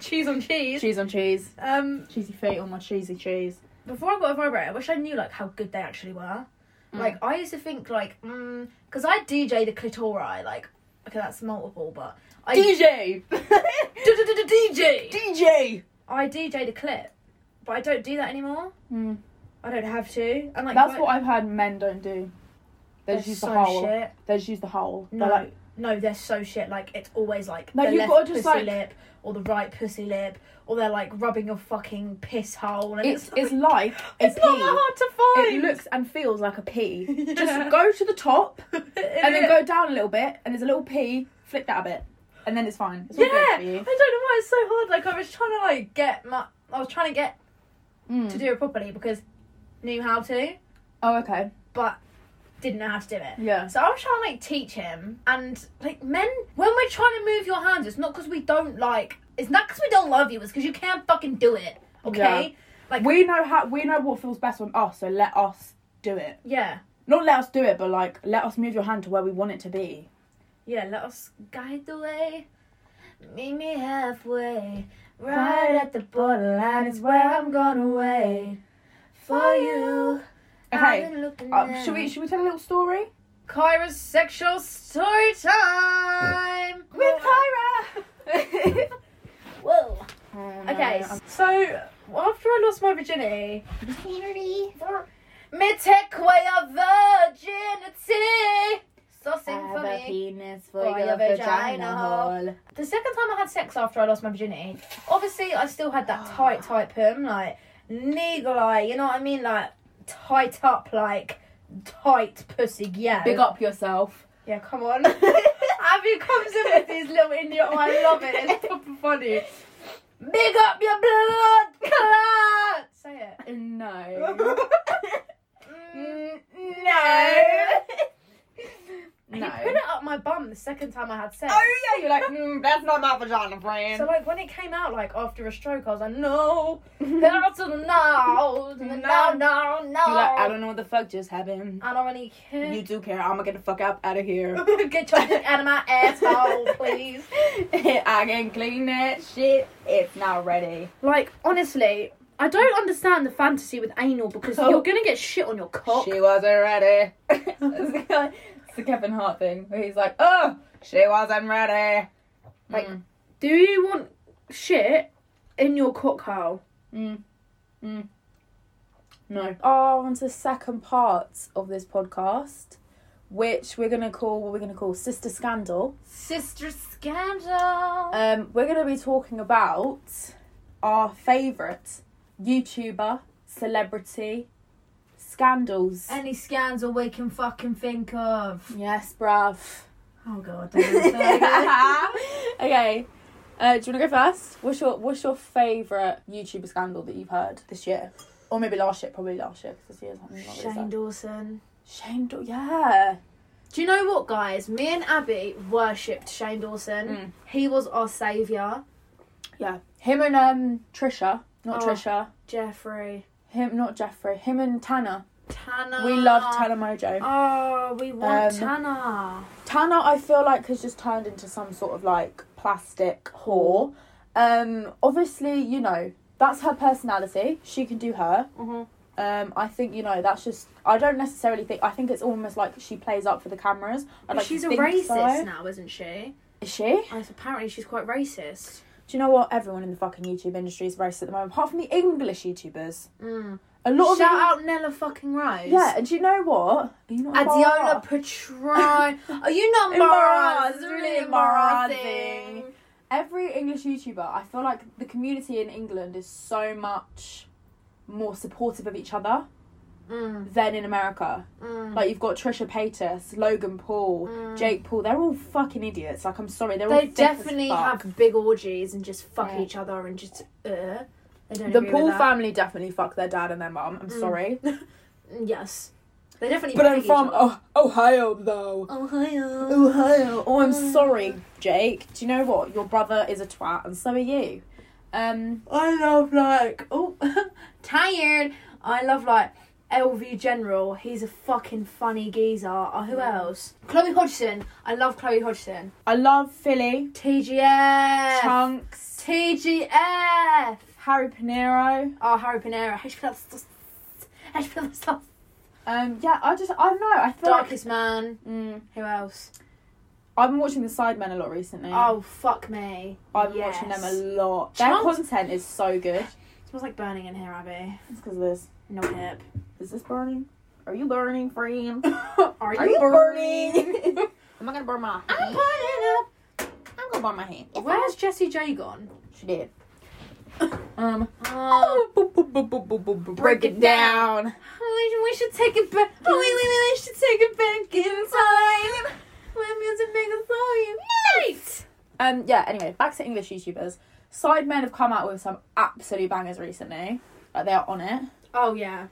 S1: cheese on cheese.
S2: Cheese on cheese.
S1: Um,
S2: Cheesy feet on my cheesy cheese.
S1: before I got a vibrator, I wish I knew like how good they actually were.
S2: Mm.
S1: Like I used to think like, because I DJ the clitori. Like, okay, that's multiple, but I
S2: DJ!
S1: DJ.
S2: DJ!
S1: I DJ the clip, but I don't do that anymore.
S2: Mm.
S1: I don't have to. And like
S2: That's
S1: vi-
S2: what I've heard men don't do. They
S1: they're
S2: just use the
S1: so
S2: hole.
S1: shit.
S2: They just use the hole.
S1: No,
S2: They're like,
S1: no, they're so shit. Like it's always like
S2: No,
S1: the
S2: you've
S1: left
S2: gotta just,
S1: pussy
S2: like-
S1: lip or the right pussy lip, or they're like rubbing your fucking piss hole. And
S2: it's,
S1: it's
S2: it's like a
S1: it's not
S2: pea.
S1: that hard to
S2: It
S1: find.
S2: looks and feels like a pea.
S1: Yeah.
S2: Just go to the top and then
S1: It-
S2: go down a little bit, and there's a little pea. Flip that a bit, and then it's fine. It's all
S1: Yeah,
S2: good
S1: I
S2: for
S1: don't know
S2: you.
S1: why it's so hard. Like I was trying to like get my, I was trying to get
S2: Mm.
S1: to do it properly because knew how to,
S2: Oh, okay.
S1: but didn't know how to do it.
S2: Yeah.
S1: So I was trying to like teach him, and like men, when we're trying to move your hands, it's not because we don't like, it's not because we don't love you, it's because you can't fucking do it. Okay. Like
S2: We know how. We know what feels best on us, so let us do it.
S1: yeah,
S2: Not let us do it, but like let us move your hand to where we want it to be.
S1: yeah. Let us guide the way. Meet me halfway, right at the borderline is where I'm gonna wait for you.
S2: Okay.
S1: looking
S2: Uh, should we? Should we tell a little story
S1: Kyra's sexual story time
S2: with Kyra?
S1: Whoa.
S2: Oh, no.
S1: Uh, Okay, so after I lost my virginity,
S3: Henry,
S1: me take away your virginity. So sing for me.
S3: penis
S1: for your vagina hole. The second time I had sex after I lost my virginity, obviously I still had
S2: Ah.
S1: that tight, tight perm, like niggle eye, you know what I mean? Like tight up, like tight pussy, yeah.
S2: Big up yourself.
S1: Yeah, come on. Abby comes in with these little Indian, oh, I love it, it's proper funny. Big up your blood clot! Say it.
S2: No.
S1: Mm, no.
S2: No.
S1: You put it up my bum the second time I had sex.
S2: Oh, yeah, you're like, mm, that's not my vagina, friend.
S1: So like when it came out like after a stroke, I was like, no, no, no, no, no, no.
S2: You're like, I don't know what the fuck just happened.
S1: I don't really care.
S2: You do care. I'm gonna get the fuck up out of here.
S1: Get your dick out of my asshole, please.
S2: I can clean that shit. It's not ready.
S1: Like honestly, I don't understand the fantasy with anal because
S2: Oh.
S1: you're gonna get shit on your cock.
S2: She wasn't ready. it's, the guy- it's the Kevin Hart thing where he's like, oh, she wasn't ready.
S1: Like-
S2: Mm,
S1: Do you want shit in your cock hole?
S2: mm, mm. No. Oh, on to the second part of this podcast, which we're gonna call what we're gonna call Sister Scandal.
S1: Sister scandal.
S2: Um, we're going to be talking about our favourite YouTuber, celebrity, scandals.
S1: Any scandal we can fucking think of.
S2: yes, bruv.
S1: Oh god.
S2: okay. Uh, do you want to go first? What's your What's your favourite YouTuber scandal that you've heard this year, or maybe last year? Probably last year because this year's not really
S1: Shane
S2: that-
S1: Dawson.
S2: Shane, Do- yeah.
S1: Do you know what, guys? Me and Abby worshipped Shane Dawson.
S2: Mm.
S1: He was our saviour.
S2: Him and um Trisha, not
S1: Oh.
S2: Trisha.
S1: Jeffrey.
S2: Him, not Jeffrey. Him and Tanner.
S1: Tanner.
S2: We loved Tanner Mojo.
S1: Oh, we want
S2: Um,
S1: Tanner.
S2: Tana, I feel like has just turned into some sort of like plastic whore. Um, obviously, you know that's her personality. She can do her.
S1: Mhm.
S2: Um, I think you know that's just. I don't necessarily think. I think it's almost like she plays up for the cameras. I'd
S1: But
S2: like
S1: she's
S2: to
S1: a
S2: think
S1: racist
S2: so.
S1: now, isn't she?
S2: Is she?
S1: I, apparently, she's quite racist.
S2: Do you know what? Everyone in the fucking YouTube industry is racist at the moment, apart from the English YouTubers.
S1: Mm.
S2: A lot of
S1: Shout
S2: them-
S1: out Nella fucking Rose.
S2: Yeah, and do you know what? Are you not
S1: Adiola
S2: embarrassed?
S1: Patron. Are you not
S2: Embarrassed.
S1: embarrassed? It's really
S2: Embarrassing.
S1: embarrassing.
S2: every English YouTuber, I feel like the community in England is so much more supportive of each other
S1: Mm,
S2: than in America.
S1: mm,
S2: Like you've got Trisha Paytas, Logan Paul,
S1: mm.
S2: Jake Paul. They're all fucking idiots. Like I'm sorry, they're all
S1: They
S2: thick as
S1: definitely
S2: fuck.
S1: have big orgies and just fuck
S2: Yeah.
S1: each other and just. Uh, I don't
S2: the
S1: agree
S2: Paul
S1: with that.
S2: family definitely fuck their dad and their mum. I'm
S1: Mm.
S2: sorry,
S1: Yes, they definitely.
S2: but I'm
S1: peg each
S2: from
S1: other.
S2: oh- Ohio though.
S1: Ohio.
S2: Ohio. Oh, I'm sorry, Jake. Do you know what? Your brother is a twat, and so are you. Um,
S1: I love like oh tired. I love like LV General. He's a fucking funny geezer. Oh, who
S2: Yeah.
S1: else? Chloe Hodgson. I love Chloe Hodgson.
S2: I love Philly,
S1: TGF.
S2: Chunks,
S1: TGF.
S2: Harry Panero.
S1: Oh, Harry Panera. How do you feel about stuff? How do you feel about stuff?
S2: Um, yeah, I just I don't know. I feel
S1: Darkest Man.
S2: like mm,
S1: Who else?
S2: I've been watching the Sidemen a lot recently.
S1: Oh fuck me.
S2: I've been watching them a lot. Their
S1: Chunks-
S2: content is so good.
S1: Smells like burning in here, Abby.
S2: It's because of this.
S1: No hip.
S2: Is this burning? Are you burning, friend?
S1: Are
S2: Am I gonna burn my?
S3: I'm
S2: Hand?
S3: burning up.
S2: I'm gonna burn my hand.
S1: Where's Jessie J gone?
S2: She did. Um.
S1: Oh,
S2: boop, boop, boop, boop, boop, boop, boop, break it down.
S1: we, we should take it back. Oh, we, we, we, we should take it back in time. When music makes us all unite.
S2: Um. Yeah. Anyway, back to English YouTubers. Sidemen have come out with some absolute bangers recently. Like they are on it.
S1: Oh yeah.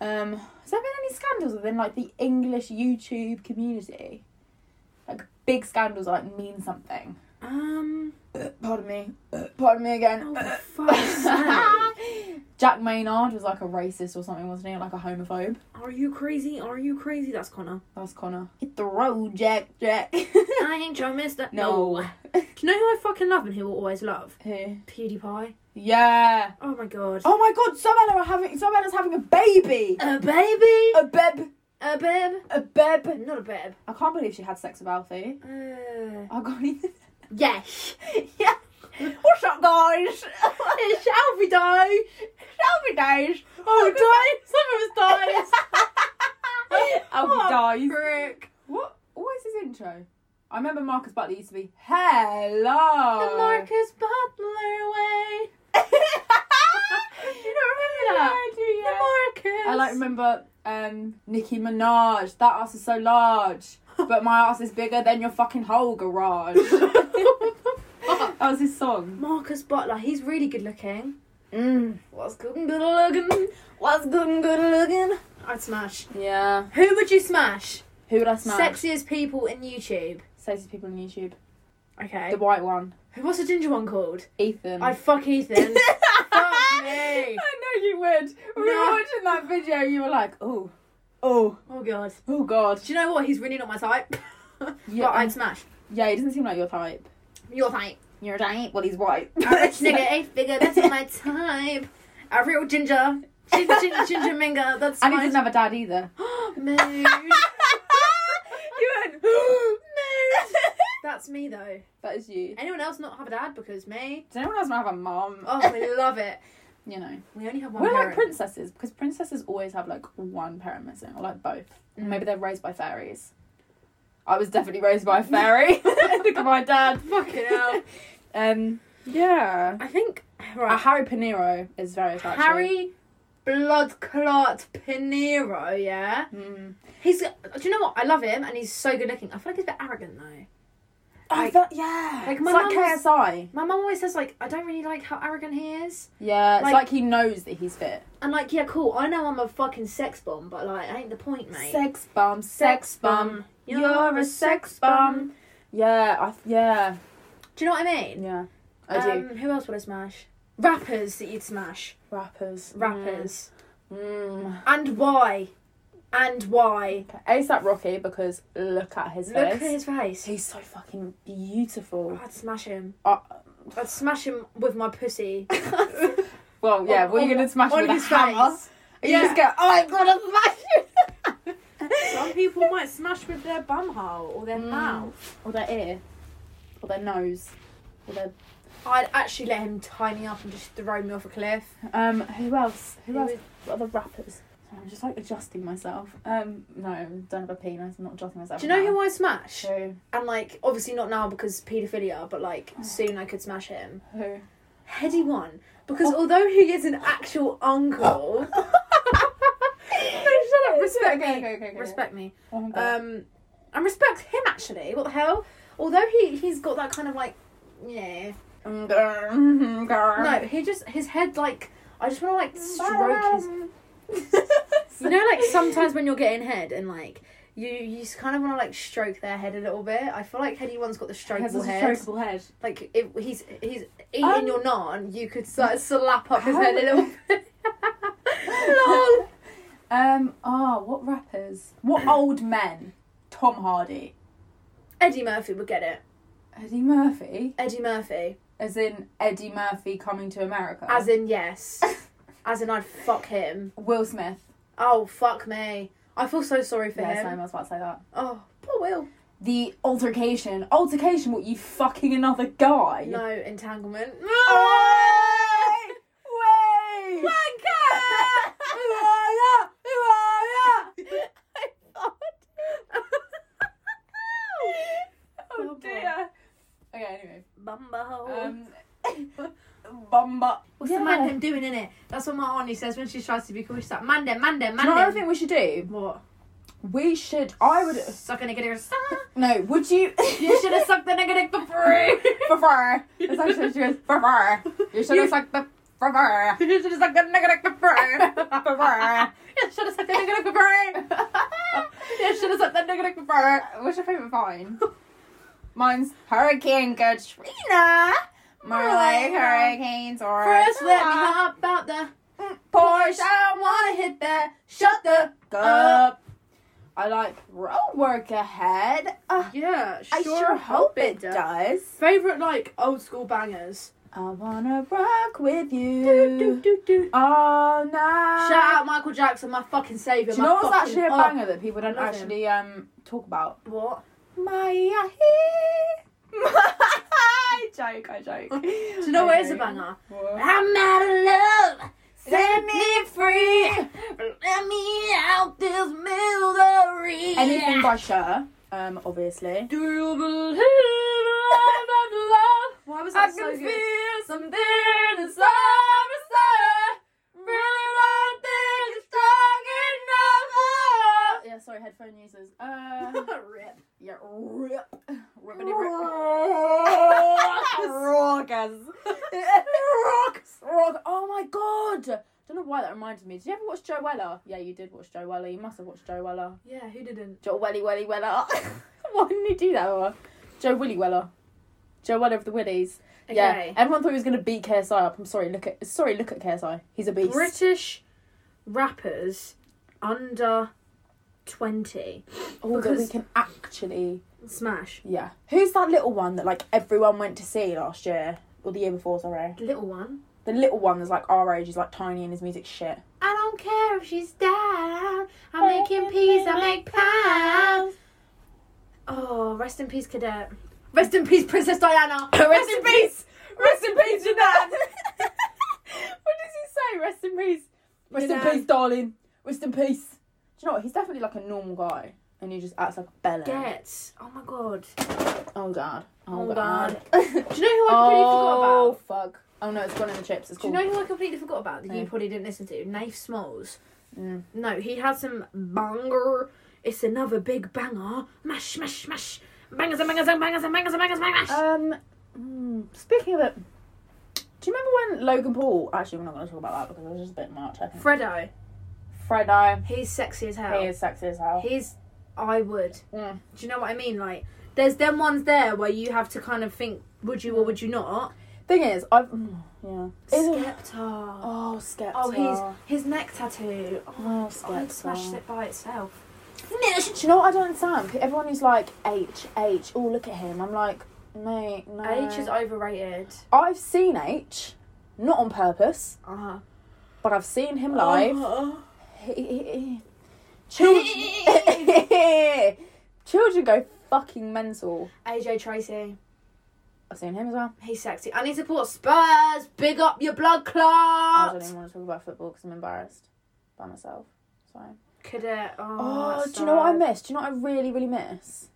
S2: Um, has there been any scandals within like the English YouTube community? Like big scandals that like mean something.
S1: Um.
S2: Pardon me. Pardon me again.
S1: Oh, for fuck's sake.
S2: Oh, Jack Maynard was like a racist or something, wasn't he? Like a homophobe.
S1: Are you crazy? Are you crazy? That's Connor.
S2: That's Connor. Hit the road, Jack. Jack.
S1: I ain't your mister.
S2: no.
S1: Do you know who I fucking love and who will always love?
S2: Who?
S1: PewDiePie.
S2: Yeah.
S1: Oh my god.
S2: Oh my God! Someone are having. Someone's having a baby.
S1: A baby.
S2: A beb.
S1: A babe.
S2: A beb.
S1: Not a babe.
S2: I can't believe she had sex with Alfie.
S1: Uh,
S2: I can't even.
S1: yes.
S2: yeah.
S3: What's up, guys?
S1: It's Shelby Day.
S3: Shelby days.
S1: Oh, day. Some of us dies.
S2: Albie dies.
S1: Oh, Frick.
S2: What? What is his intro? I remember Marcus Butler used to be hello.
S1: The Marcus Butler way. You don't remember
S2: Yeah,
S1: that?
S2: I do, yeah.
S1: The Marcus.
S2: I like remember um, Nicki Minaj. That ass is so large, but my ass is bigger than your fucking whole garage. that was his song.
S1: Marcus Butler. He's really good looking.
S2: Mm.
S1: What's good and good looking? What's good and good looking? I'd smash.
S2: Yeah.
S1: Who would you smash?
S2: Who would I smash?
S1: Sexiest people in YouTube.
S2: Sexy people on YouTube.
S1: Okay.
S2: The white one,
S1: What's the ginger one called?
S2: Ethan.
S1: I'd fuck Ethan. fuck me.
S2: know you would. When we
S1: No.
S2: were watching that video, you were like, oh, oh,
S1: Oh god.
S2: oh god.
S1: Do you know what? He's really not my type.
S2: Yeah.
S1: But I'd smash.
S2: Yeah, he doesn't seem like your type.
S1: Your type.
S2: Your type? Well, he's white.
S1: A rich nigga, a figure. That's my type. A real ginger. Ginger, ginger, ginger minga. That's
S2: And he
S1: my
S2: doesn't have a dad either.
S1: Mood.
S2: you went, mood.
S1: That's me though.
S2: That is you.
S1: Anyone else not have a dad because me?
S2: Does anyone else not have a mum?
S1: Oh, we love it.
S2: You know.
S1: We only have one.
S2: We're like
S1: parent.
S2: princesses because princesses always have like one parent missing or like both.
S1: Mm.
S2: Maybe they're raised by fairies. I was definitely raised by a fairy. Look at my dad.
S1: Fucking hell.
S2: Um, yeah.
S1: I think
S2: Uh,
S1: right.
S2: Harry Pinero is very attractive.
S1: Harry Blood Clot Pinero, yeah.
S2: Mm.
S1: He's do you know what? I love him and he's so good looking. I feel like he's a bit arrogant though.
S2: I
S1: Like-
S2: thought, yeah.
S1: like
S2: Like,
S1: my
S2: it's like
S1: mum's-
S2: KSI.
S1: My mum always says like I don't really like how arrogant he is.
S2: Yeah, it's
S1: Like-
S2: like, he knows that he's fit.
S1: And like, yeah, cool. I know I'm a fucking sex bomb, but like, ain't the point, mate.
S2: Sex bomb, sex bomb. You're a sex bomb. Yeah, I, yeah,
S1: Do you know what I mean?
S2: yeah. I do.
S1: Um, who else would I smash? Rappers that you'd smash.
S2: Rappers.
S1: Rappers.
S2: Mm.
S1: And why? And why?
S2: Okay. ASAP Rocky because look at his
S1: Look at
S2: face.
S1: his face.
S2: He's so fucking beautiful.
S1: I'd smash him.
S2: Uh,
S1: I'd smash him with my pussy.
S2: well, yeah,
S1: On-
S2: what are
S1: on-
S2: you gonna smash
S1: on
S2: with a
S1: his
S2: hammer?
S1: face.
S2: You
S1: Yeah.
S2: just go, oh, I'm gonna smash you.
S1: Some people might smash with their bum hole or their mouth.
S2: or their ear, or their nose, or their.
S1: I'd actually let him tie me up and just throw me off a cliff.
S2: Um, who else? Who
S1: It
S2: else?
S1: would-
S2: What other rappers? Sorry, I'm just like adjusting myself. Um, no, don't have a penis. I'm not adjusting myself.
S1: Do you know who I smash?
S2: Who?
S1: And like, obviously not now because paedophilia, but like soon I could smash him.
S2: Who?
S1: Heady one, because although he is an actual uncle, shut up, respect
S2: Okay,
S1: me,
S2: okay, okay, okay.
S1: respect me,
S2: Oh my God.
S1: um, and respect him actually. What the hell? Although he he's got that kind of like, yeah,
S2: Um, grr, grr.
S1: no, he just his head like I just want to like stroke his You know, like sometimes when you're getting head and like you, you just kind of want to like stroke their head a little bit. I feel like Heady One's got the
S2: He has a
S1: strokeable head.
S2: strokeable head.
S1: Like if he's he's eating
S2: Um,
S1: your naan, you could sort of slap up his
S2: how-
S1: head a little bit. Lol.
S2: Um. Ah, what rappers? What old men? Tom Hardy,
S1: Eddie Murphy would get it.
S2: Eddie Murphy,
S1: Eddie Murphy,
S2: as in Eddie Murphy coming to America.
S1: as in yes, as in I'd fuck him.
S2: Will Smith.
S1: Oh fuck me! I feel so sorry for
S2: Yeah,
S1: him.
S2: same. I was about to say that.
S1: Oh poor Will.
S2: The altercation. Altercation. What you fucking another guy?
S1: No entanglement.
S2: Wait! Wait!
S1: Wanker!
S2: Who are ya? Who are ya?
S1: Oh, boy.
S2: Oh dear. Okay.
S1: Bumbo.
S2: Anyway. Um. Bumba.
S1: What's the man them doing in it? That's what my auntie says when she tries to be cool. She's like, man them, man them,
S2: Do you know what I
S1: man them.
S2: think we should do?
S1: What?
S2: We should. I would.
S1: Suck a nigga dick. suck.
S2: No. Would you?
S1: You should have sucked the nigga dick for free.
S2: For fur. It's actually she goes for fur. You should
S1: You-
S2: have sucked the for fur.
S1: You should have sucked the nigga dick for free.
S2: For fur.
S1: You should have sucked the nigga dick for free. You should have sucked the nigga dick for free.
S2: What's your favourite vine? Mine's Hurricane Katrina. More like hurricanes or
S1: First, let me hop out the
S2: Porsche.
S1: I wanna hit that. Shut the.
S2: Up. I like road work ahead. Uh,
S1: Yeah,
S2: I sure hope it does.
S1: Favorite like old school bangers.
S2: I wanna rock with
S1: Do, do,
S2: you
S1: do, do.
S2: all night.
S1: Shout out Michael Jackson, my fucking saviour.
S2: Uh, Do you know
S1: my
S2: what's
S1: fucking-
S2: actually a
S1: oh,
S2: banger that people don't
S1: love him.
S2: actually um talk about?
S1: What?
S2: My Jay joke. I joke.
S1: Do you know what is a banger?
S3: I'm out of love. Set me free.
S2: Anything
S3: Let me out this misery.
S2: by Cher, um, obviously.
S1: Do you believe I have love? Why was that
S2: I
S1: so
S2: can
S1: good?
S2: feel something inside my soul. Really don't think it's talking no more. Yeah, sorry, headphone users. Uh,
S1: Rip.
S2: yeah, rip. Rippity
S1: Raucous.
S2: Raucous. Raucous. Raucous. Oh my god. Don't know why that reminded me. Did you ever watch Joe Weller? Yeah, you did watch Joe Weller. You must have watched Joe Weller.
S1: Yeah, who didn't?
S2: Joe Welly Welly Weller. Why didn't he do that one? Joe Willy Weller. Joe Weller of the Willies. Yeah.
S1: Okay.
S2: Everyone thought he was gonna beat KSI up. I'm sorry, look at sorry, look at KSI. He's a beast.
S1: British rappers under 20.
S2: All that we
S1: because-
S2: can actually
S1: Smash.
S2: Yeah. Who's that little one that like everyone went to see last year? Or the year before, sorry.
S1: Little one.
S2: The little one that's like our age, he's like tiny and his music's shit.
S1: I don't care if she's down. I'm making peas, I make pounds. Oh, rest in peace, cadet. Rest in peace, Princess Diana.
S2: Rest in peace! Rest in peace, Janan! what does he say? Rest in peace. Rest in
S1: Janan.
S2: peace, darling. Rest in peace. Do you know what? He's definitely like a normal guy. And he just acts like a bellend.
S1: Get. Oh my god.
S2: Oh god.
S1: Oh, God.
S2: Do you know who I
S1: Do you know who I completely forgot
S2: Oh
S1: about?
S2: fuck. Oh no, it's gone in the chips. It's
S1: Do you
S2: called.
S1: know who I completely forgot about that you
S2: No.
S1: probably didn't listen to? Nafe Smalls.
S2: Mm.
S1: No, he had some banger. It's another big banger. Mash, mash, mash. Bangers and bangers and bangers and bangers and bangers and bangers.
S2: Um, mm, speaking of it, do you remember when Logan Paul? Actually, we're not going to talk about that because it was just a bit much. I think.
S1: Fredo.
S2: Fredo,
S1: He's sexy as hell.
S2: Oh. he is sexy as hell.
S1: He's. I would.
S2: Mm.
S1: Do you know what I mean? Like, there's them ones there where you have to kind of think, would you or would you not?
S2: Thing is, I've mm, yeah. Is-
S1: Skepta.
S2: oh, Skepta.
S1: Oh, he's his neck tattoo. Oh,
S2: oh,
S1: I
S2: Skepta.
S1: smashed it by itself.
S2: Do you know what I don't understand? Everyone who's like H H. Oh, look at him. I'm like, mate, no.
S1: H is overrated.
S2: I've seen H, not on purpose,
S1: Uh huh.
S2: but I've seen
S1: Oh.
S2: him live.
S1: Uh-huh.
S2: Children,
S1: Children-
S2: children go fucking mental.
S1: AJ Tracy.
S2: I've seen him as well.
S1: He's sexy. I need to support Spurs. Big up your blood
S2: I don't
S1: clot.
S2: even want to talk about football because I'm embarrassed by myself. It's fine.
S1: Cadet. Oh,
S2: Oh,
S1: that's
S2: do you know what I
S1: sad.
S2: miss? Do you know what I really, really miss?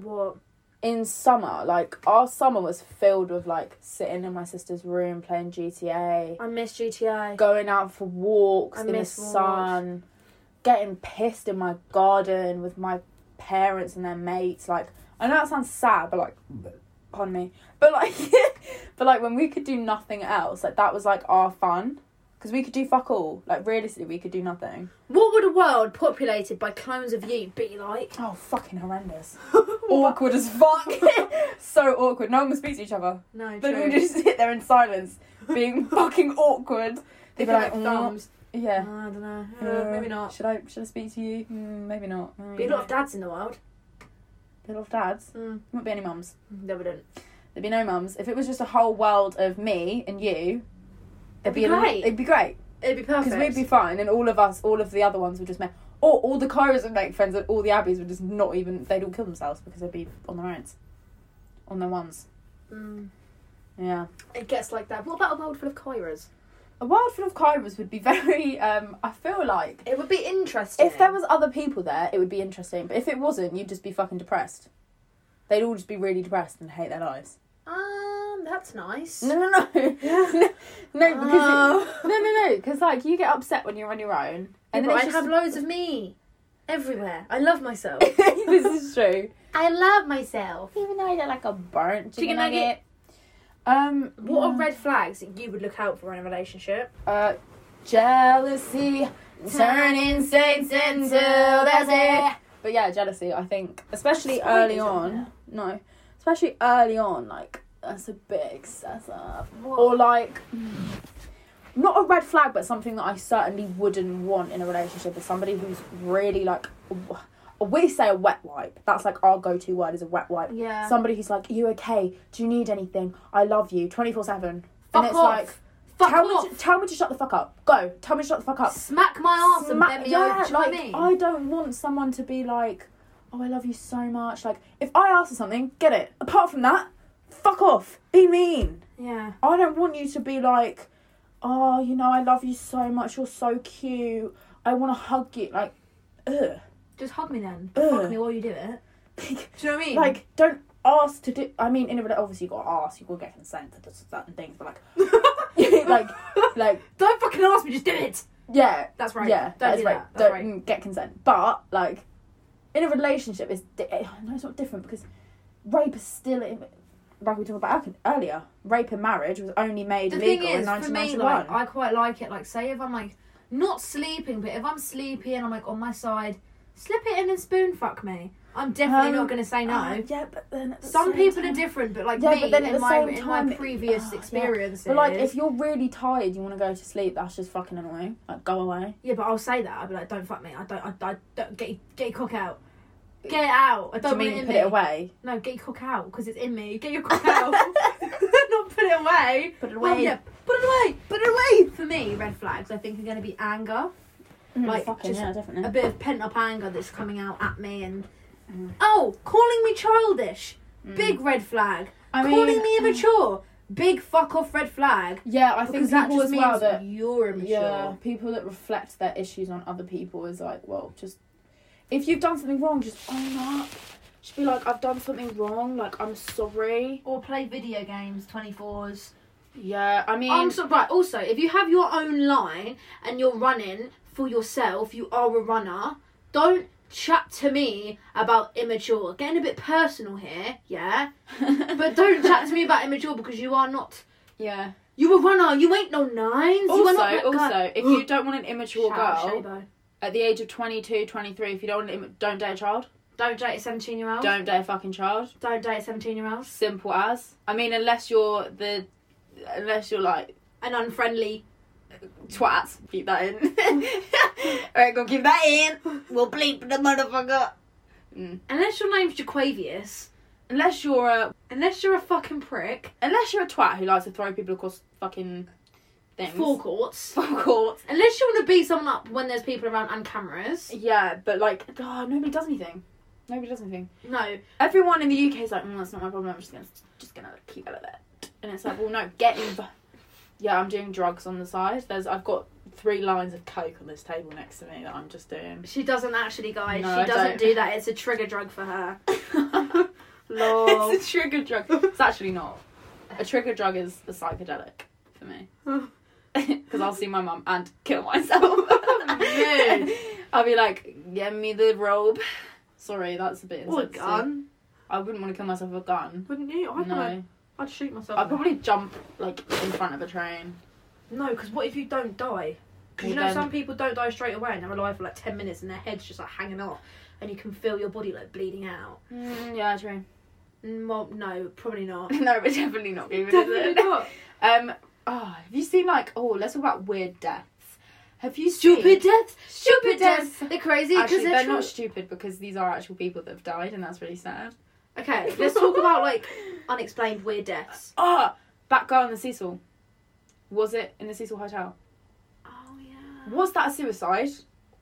S1: What?
S2: In summer, like our summer was filled with like sitting in my sister's room playing GTA,
S1: I miss GTA.
S2: going out for walks
S1: I
S2: in the
S1: miss walks.
S2: sun, getting pissed in my garden with my parents and their mates. Like I know that sounds sad, but like, pardon me, but like, but like when we could do nothing else, like that was like our fun because we could do fuck all. Like realistically, we could do nothing.
S1: What would a world populated by clones of you be like?
S2: Oh, fucking horrendous. awkward as fuck. so awkward. No one would speak to each other.
S1: No,
S2: Then we
S1: true.
S2: would just sit there in silence, being fucking awkward.
S1: They'd
S2: They'd be like, mm, yeah.
S1: I don't know.
S2: Uh,
S1: maybe not.
S2: Should I should I speak to you? Mm, maybe not. Mm,
S1: Be a lot of dads in the world.
S2: Be a lot of dads.
S1: Mm.
S2: There won't be any mums.
S1: They wouldn't.
S2: There'd be no mums. If it was just a whole world of me and you, it'd
S1: It'd be
S2: be, a lot-
S1: great.
S2: it'd be great
S1: It'd be perfect.
S2: because we'd be fine, and all of us, all of the other ones would just make. Or all the Kyras would make friends, and all the Abbeys would just not even. They'd all kill themselves because they'd be on their own, on their ones.
S1: Mm.
S2: Yeah.
S1: It gets like that. What about a world full of Kairas?
S2: A world full of Kairos would be very. Um, I feel like
S1: It would be interesting.
S2: if there was other people there, it would be interesting. But if it wasn't, you'd just be fucking depressed. They'd all just be really depressed and hate their lives.
S1: Um, that's nice.
S2: No, no, no, no, because it, no, no, no, because like you get upset when you're on your own,
S1: And
S2: and
S1: then
S2: then
S1: I'd
S2: it's
S1: have
S2: just,
S1: loads of me everywhere. I love myself.
S2: this is true.
S3: I love myself.
S2: Even though I don't like a burnt chicken,
S1: Chicken
S2: nugget.
S1: nugget.
S2: Um,
S1: what are red flags that you would look out for in a relationship?
S2: Uh, jealousy turning saints into that's it. But yeah, jealousy. I think, especially
S1: Spiders
S2: early
S1: aren't
S2: on. No, especially early on, like that's a bit excessive.
S1: What?
S2: Or like, not a red flag, but something that I certainly wouldn't want in a relationship is somebody who's really like. w- We say a wet wipe. That's like our go-to word is a wet wipe.
S1: Yeah.
S2: Somebody who's like, "You okay? Do you need anything? I love you, twenty four 7
S1: Fuck
S2: And it's
S1: off.
S2: like,
S1: Fuck
S2: tell
S1: off.
S2: me, to, tell me to shut the fuck up. Go. Tell me to shut the fuck up.
S1: Smack my ass
S2: Sma-
S1: and bend me
S2: yeah,
S1: over. Do you know
S2: like,
S1: what I mean?
S2: I don't want someone to be like, oh, I love you so much. Like, if I ask for something, get it. Apart from that, fuck off. Be mean.
S1: Yeah.
S2: I don't want you to be like, oh, you know, I love you so much. You're so cute. I want to hug you. Like, ugh.
S1: Just hug me then.
S2: Ugh.
S1: Fuck me while you do it. Do you know what I mean?
S2: like, don't ask to do. I mean, in a rela- obviously you got to ask. You got to get consent to certain things, but like, like, like,
S1: don't fucking ask me. Just do it.
S2: yeah,
S1: That's right.
S2: yeah,
S1: Don't
S2: that's
S1: do
S2: right.
S1: that. That's
S2: Don't
S1: right.
S2: mm, get consent. But like, in a relationship, it's di- eh, no, it's not different because rape is still in, like we talked about ear- earlier. Rape in marriage was only made
S1: The
S2: legal
S1: thing is,
S2: in
S1: for me,
S2: 1991.
S1: like, I quite like it. Like, say if I'm like not sleeping, but if I'm sleepy and I'm like on my side, slip it in and spoon fuck me. I'm definitely
S2: Um,
S1: not gonna say no.
S2: Oh, yeah, but then at the
S1: Some
S2: same
S1: people
S2: time-
S1: are different, but like
S2: Yeah,
S1: me,
S2: but then at
S1: in
S2: the
S1: my
S2: same
S1: in my
S2: time-
S1: previous
S2: Oh, yeah.
S1: experiences,
S2: But like, if you're really tired, you want to go to sleep. That's just fucking annoying. Like, go away.
S1: yeah, but I'll say that. I'll be like, don't fuck me. I don't. I, I don't get your- get your cock out. Get it out. I
S2: Do
S1: don't
S2: you
S1: want
S2: mean
S1: it in
S2: put
S1: me.
S2: it away?
S1: No, get your cock out because it's in me. Get your cock out. not put it away.
S2: Put it away.
S1: Well, yeah, put it away. Put it away. For me, red flags. I think are going to be anger.
S2: Mm,
S1: like,
S2: fucking
S1: just
S2: yeah, definitely.
S1: a bit of pent up anger that's coming out at me and
S2: Mm.
S1: oh, calling me childish, big red flag.
S2: Mm. I mean,
S1: calling me immature, big fuck off red flag.
S2: yeah, I think
S1: Because that
S2: people
S1: just
S2: as
S1: means
S2: well that
S1: you're immature.
S2: yeah, people that reflect their issues on other people is like, well, just if you've done something wrong, just own up. Just be like, I've done something wrong. Like, I'm sorry.
S1: Or play video games, twenty fours.
S2: Yeah, I mean,
S1: I'm so right. Also, if you have your own line and you're running for yourself, you are a runner. Don't chat to me about immature. Getting a bit personal here, yeah. But don't chat to me about immature because you are not
S2: yeah.
S1: You a runner. You ain't no nines. you are
S2: Also,
S1: not that
S2: also,
S1: kind-
S2: if you don't want an immature
S1: Shout out
S2: girl
S1: Shabo.
S2: at the age of 22, 23, if you don't want an Im- don't date a child,
S1: don't date a seventeen-year-old. Don't.
S2: don't date a fucking child.
S1: date a seventeen-year-old.
S2: Simple as. I mean, unless you're the, unless you're like
S1: An unfriendly.
S2: twats. Keep that in. All right, go keep that in. We'll bleep the motherfucker. Mm.
S1: Unless your name's Jaquavius.
S2: Unless you're a,
S1: Unless you're a fucking prick.
S2: unless you're a twat who likes to throw people across fucking things.
S1: Forecourts.
S2: Forecourts.
S1: Unless you want to beat someone up when there's people around and cameras.
S2: Yeah, but like, oh, nobody does anything. Nobody does anything.
S1: No.
S2: Everyone in the UK is like, mm, that's not my problem. I'm just gonna, just gonna keep out of that. And it's like, well, no, get inv Yeah, I'm doing drugs on the side. There's, I've got three lines of coke on this table next to me that I'm just doing.
S1: She doesn't actually, guys.
S2: No,
S1: she
S2: I
S1: doesn't
S2: don't.
S1: do that. It's a trigger drug for her. Lol.
S2: it's a trigger drug. It's actually not. A trigger drug is a psychedelic for me. Because I'll see my mum and kill myself.
S1: No.
S2: I'll be like, get me the robe. Sorry, that's a bit.
S1: Or a
S2: insensitive.
S1: gun.
S2: I wouldn't want to kill myself with a gun.
S1: Wouldn't you? I'd,
S2: No,
S1: I'd shoot myself.
S2: I'd probably jump like in front of a train.
S1: No, because what if you don't die? Because you
S2: Well,
S1: know
S2: then-
S1: some people don't die straight away and they're alive for like ten minutes and their head's just like hanging off, and you can feel your body like bleeding out.
S2: Mm, yeah, train.
S1: Mm, Well, no, probably not.
S2: no, but definitely not even.
S1: Definitely not.
S2: Um. Oh, have you seen like? Oh, let's talk about weird deaths. Have you seen?
S1: Stupid deaths. Stupid
S2: Stupid
S1: deaths.
S2: deaths.
S1: They're crazy because
S2: Actually,
S1: they're,
S2: they're
S1: true.
S2: not stupid because these are actual people that have died, and that's really sad.
S1: Okay, let's talk about like unexplained weird deaths.
S2: Ah, that girl in the Cecil. Was it in the Cecil Hotel?
S1: Oh yeah.
S2: Was that a suicide,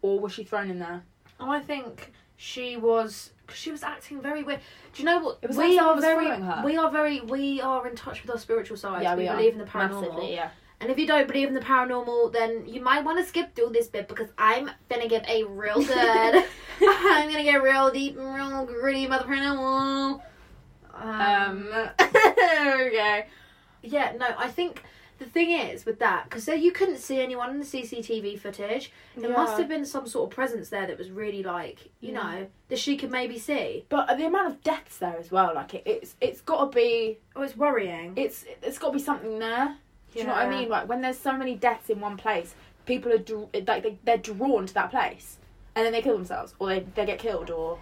S2: or was she thrown in there?
S1: I think she was. Cause she was acting very weird. Do you know what?
S2: It was like
S1: we
S2: someone
S1: are
S2: was
S1: very.
S2: following her.
S1: We are very. We are in touch with our spiritual side. we, believe in the paranormal.
S2: Massively, yeah.
S1: And if you don't believe in the paranormal, then you might want to skip through this bit because I'm gonna get a real good. I'm gonna get real deep and real gritty about the paranormal. Um,
S2: Um. okay.
S1: yeah, no, I think the thing is with that because you couldn't see anyone in the CCTV footage. It must have been some sort of presence there that was really like you
S2: Yeah.
S1: know that she could maybe see.
S2: But the amount of deaths there as well, like it, it's it's got to be
S1: Oh, it's worrying.
S2: it's it's got to be something there. Do you know what I
S1: Yeah.
S2: mean? Like when there's so many deaths in one place, people are dr- like they, they're drawn to that place, and then they kill themselves, or they they get killed, or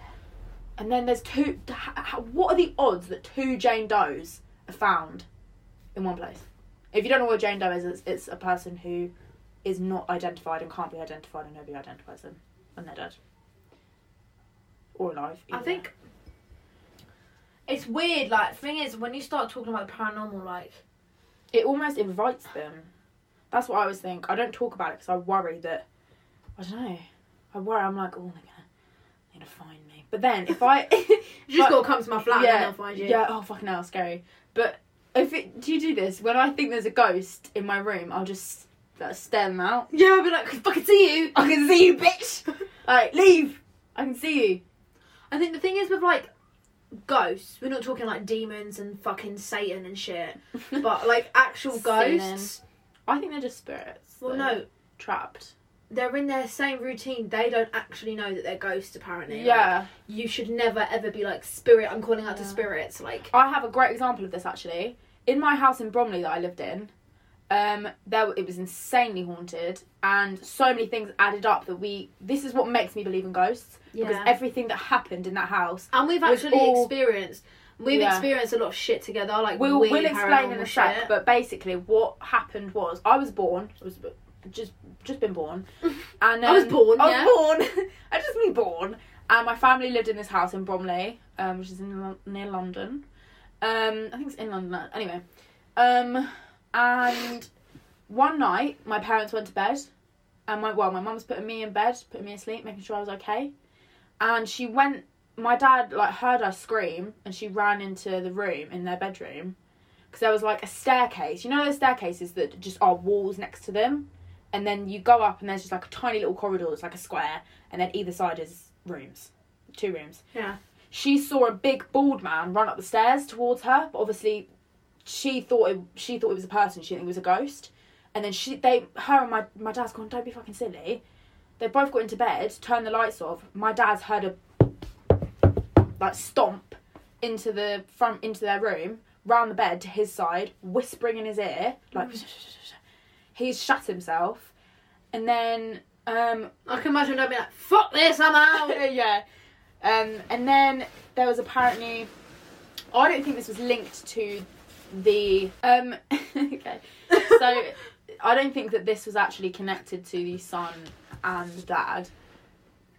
S2: and then there's two. h- h- What are the odds that two Jane Does are found in one place? If you don't know what a Jane Doe is, it's, it's a person who is not identified and can't be identified, and nobody identifies them, and they're dead or alive.
S1: I
S2: either.
S1: think it's weird. Like the thing is when you start talking about the paranormal, like
S2: it almost invites them. That's what I always think. I don't talk about it because I worry that I don't know. I worry. I'm like, oh, they're gonna, they're gonna find me. But then if I
S1: You just
S2: But-
S1: gotta come to my flat and
S2: yeah,
S1: they'll find you.
S2: yeah, oh fucking hell, scary. But if it, do you do this when I think there's a ghost in my room? I'll just like, stare them out.
S1: Yeah, I'll be like, I fucking see you.
S2: I can see you, bitch. Like leave. I can see you.
S1: I think the thing is with like ghosts, we're not talking like demons and fucking Satan and shit, but like actual
S2: Satan.
S1: ghosts.
S2: I think they're just spirits.
S1: Well,
S2: though.
S1: no,
S2: trapped.
S1: they're in their same routine. They don't actually know that they're ghosts. Apparently, Like,
S2: Yeah.
S1: you should never ever be like spirit. I'm calling out to
S2: Yeah.
S1: spirits. Like,
S2: I have a great example of this actually. In my house in Bromley that I lived in, um, there it was insanely haunted, and so many things added up that we. This is what makes me believe in ghosts because
S1: Yeah.
S2: everything that happened in that house.
S1: and we've
S2: We've
S1: actually
S2: all-
S1: experienced. We've
S2: Yeah.
S1: experienced a lot of shit together. Like,
S2: We'll
S1: weird
S2: we'll explain in
S1: paranormal
S2: a sec,
S1: shit.
S2: but basically what happened was I was born. I was just just been born, and
S1: I was
S2: um,
S1: born,
S2: I
S1: yeah.
S2: was born. I just been born, and my family lived in this house in Bromley, um, which is in Lon- near London. Um, I think it's in London. Anyway, um, and one night my parents went to bed, and my well, my mum was putting me in bed, putting me asleep, making sure I was okay, and she went. My dad like heard her scream, and she ran into the room in their bedroom. Because there was like a staircase, you know those staircases that just are walls next to them and then you go up and there's just like a tiny little corridor that's like a square and then either side is rooms two rooms
S1: Yeah.
S2: she saw a big bald man run up the stairs towards her but obviously she thought it, she thought it was a person she didn't think it was a ghost and then she they her and my, my dad's gone don't be fucking silly they both got into bed turned the lights off my dad's heard a like stomp into the front into their room round the bed to his side whispering in his ear like
S1: Oh,
S2: he's shut himself and then um
S1: I can imagine them being like, "Fuck this, I'm out."
S2: yeah um and then there was apparently i don't think this was linked to the um okay so i don't think that this was actually connected to the son and dad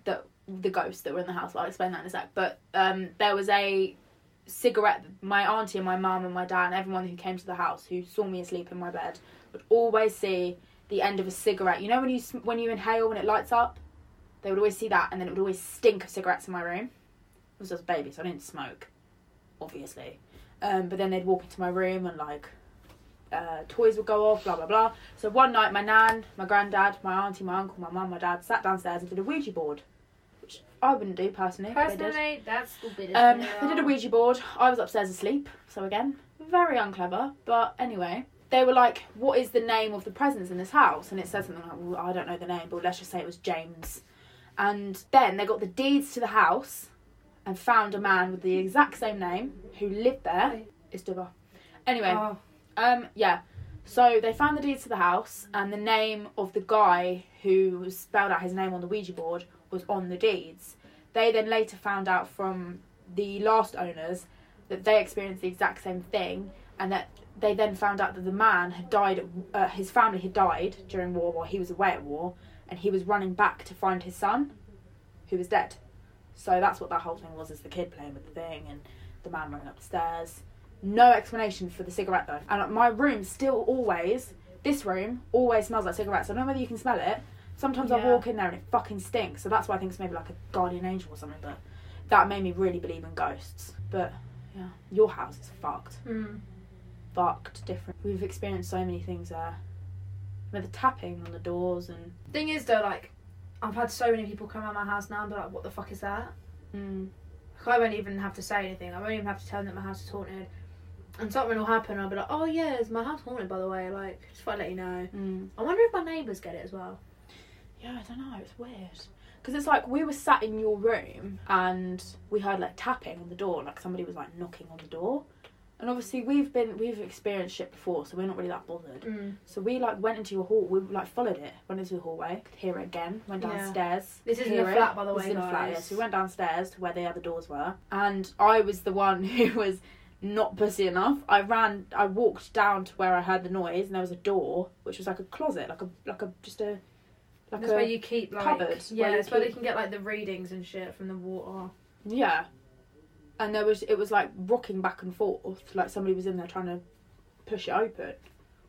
S2: that the ghosts that were in the house i'll explain that in a sec but um there was a cigarette my auntie and my mum and my dad and everyone who came to the house who saw me asleep in my bed would always see the end of a cigarette you know when you sm- when you inhale and it lights up they would always see that and then it would always stink of cigarettes in my room I was just a baby so i didn't smoke obviously um, but then they'd walk into my room and like uh, toys would go off blah blah blah so one night my nan my granddad my auntie my uncle my mum my dad sat downstairs and did a ouija board which i wouldn't do personally but they did.
S3: Personally, that's stupid.
S2: Um, they did a Ouija board. I was upstairs asleep, so again, very unclever. But anyway, they were like, "What is the name of the presence in this house?" And it said something like, well, "I don't know the name, but let's just say it was James." And then they got the deeds to the house, and found a man with the exact same name who lived there. It's Dubba. Anyway,
S1: Oh,
S2: um, yeah. So they found the deeds to the house, and the name of the guy who spelled out his name on the Ouija board was on the deeds. They then later found out from the last owners that they experienced the exact same thing, and that they then found out that the man had died, uh, his family had died during war while he was away at war, and he was running back to find his son, who was dead. So that's what that whole thing was: is the kid playing with the thing and the man running upstairs. No explanation for the cigarette though. And like, my room still always, this room always smells like cigarettes. I don't know whether you can smell it. Sometimes I
S1: Yeah.
S2: walk in there and it fucking stinks. So that's why I think it's maybe like a guardian angel or something. But that made me really believe in ghosts. But yeah, your house is fucked.
S1: Mm.
S2: Fucked different. We've experienced so many things there. With the tapping on the doors and.
S1: Thing is, though, like, I've had so many people come around my house now and be like, "What the fuck is that?"
S2: Mm.
S1: Like, I won't even have to say anything. I won't even have to tell them that my house is haunted. And something will happen. I'll be like, "Oh yeah, it's my house haunted, by the way." Like, just want to let you know.
S2: Mm.
S1: I wonder if my neighbours get it as well.
S2: Yeah, I don't know. It's weird. Because it's like we were sat in your room and we heard like tapping on the door, like somebody was like knocking on the door. And obviously we've been we've experienced shit before, so we're not really that bothered.
S1: Mm.
S2: So we like went into your hall. We like followed it. Went into the hallway. Could hear it again. Went
S1: Yeah.
S2: downstairs.
S1: This
S2: could
S1: isn't a
S2: hear
S1: flat, by the
S2: This
S1: way,
S2: isn't a flat.
S1: guys.
S2: Yeah. So we went downstairs to where the other doors were, and I was the one who was not pussy enough. I ran. I walked down to where I heard the noise, and there was a door, which was like a closet, like a like a just a like
S1: That's
S2: a
S1: where you keep like
S2: cupboard, where
S1: yeah,
S2: you
S1: that's where they
S2: keep-
S1: can get like the readings and shit from the water.
S2: yeah. And there was it was like rocking back and forth, like somebody was in there trying to push it open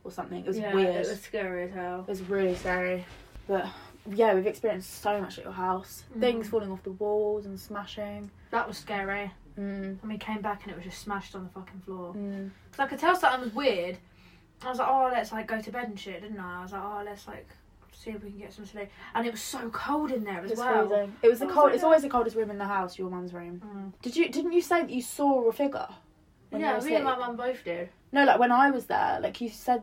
S2: or something. It was
S1: yeah,
S2: weird.
S1: It was scary as hell.
S2: It's really scary. But yeah, we've experienced so much at your house.
S1: Mm.
S2: Things falling off the walls and smashing.
S1: That was scary.
S2: Mm.
S1: And we came back and it was just smashed on the fucking floor.
S2: Mm.
S1: Because I could tell something was weird. I was like, oh, let's like go to bed and shit, didn't I? I was like, oh, let's like see if we can get some sleep. And it was so cold in there as
S2: It was
S1: well.
S2: freezing. It was the
S1: Oh,
S2: cold. It's
S1: yeah.
S2: always the coldest room in the house. Your mum's room.
S1: Mm.
S2: Did you? Didn't you say that you saw a figure? when you
S1: Yeah,
S2: were
S1: me and my
S2: asleep?
S1: mum both did.
S2: No, like when I was there, like you said,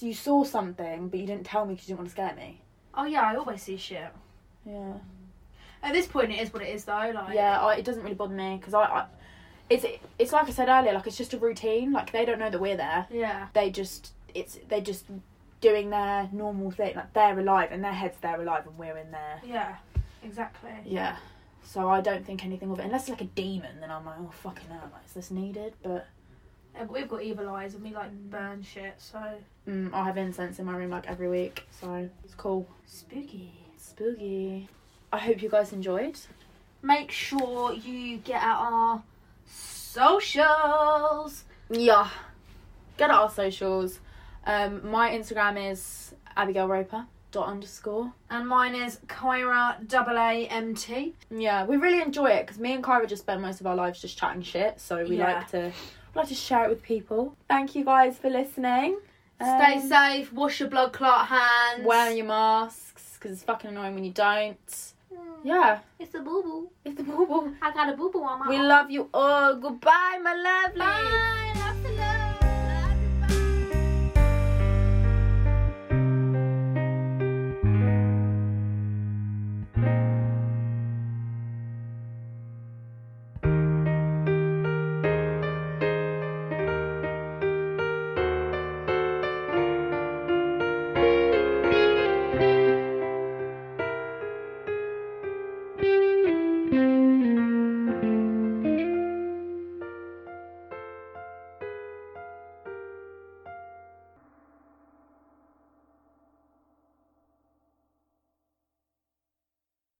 S2: you saw something, but you didn't tell me because you didn't want to scare me.
S1: Oh yeah, I always see shit.
S2: Yeah.
S1: At this point, it is what it is though. Like
S2: Yeah, I, it doesn't really bother me because I, I, it's it's like I said earlier, like it's just a routine. Like they don't know that we're there.
S1: yeah,
S2: They just it's they just doing their normal thing. Like they're alive and their heads they're alive and we're in there.
S1: yeah, exactly.
S2: Yeah. So I don't think anything of it unless it's like a demon. Then I'm like, oh fucking hell, like, is this needed? But
S1: Yeah, but we've got evil eyes and we like burn shit, so
S2: mm, I have incense in my room like every week, so it's cool.
S1: spooky.
S2: Spooky. I hope you guys enjoyed.
S1: Make sure you get out our socials.
S2: Yeah. Get at our socials. Um, my Instagram is Abigail Roper dot underscore.
S1: And mine is Kyra double A M T.
S2: Yeah, we really enjoy it because me and Kyra just spend most of our lives just chatting shit, so we
S1: Yeah.
S2: like to we like to share it with people. Thank you guys for listening.
S1: Stay
S2: Um,
S1: safe. Wash your blood clot hands.
S2: Wear your masks because it's fucking annoying when you don't. Yeah,
S3: It's a boo boo.
S2: it's the bubble.
S3: I got a boo boo on my
S2: We love you all. Goodbye, my lovely.
S3: Bye. Lots of love.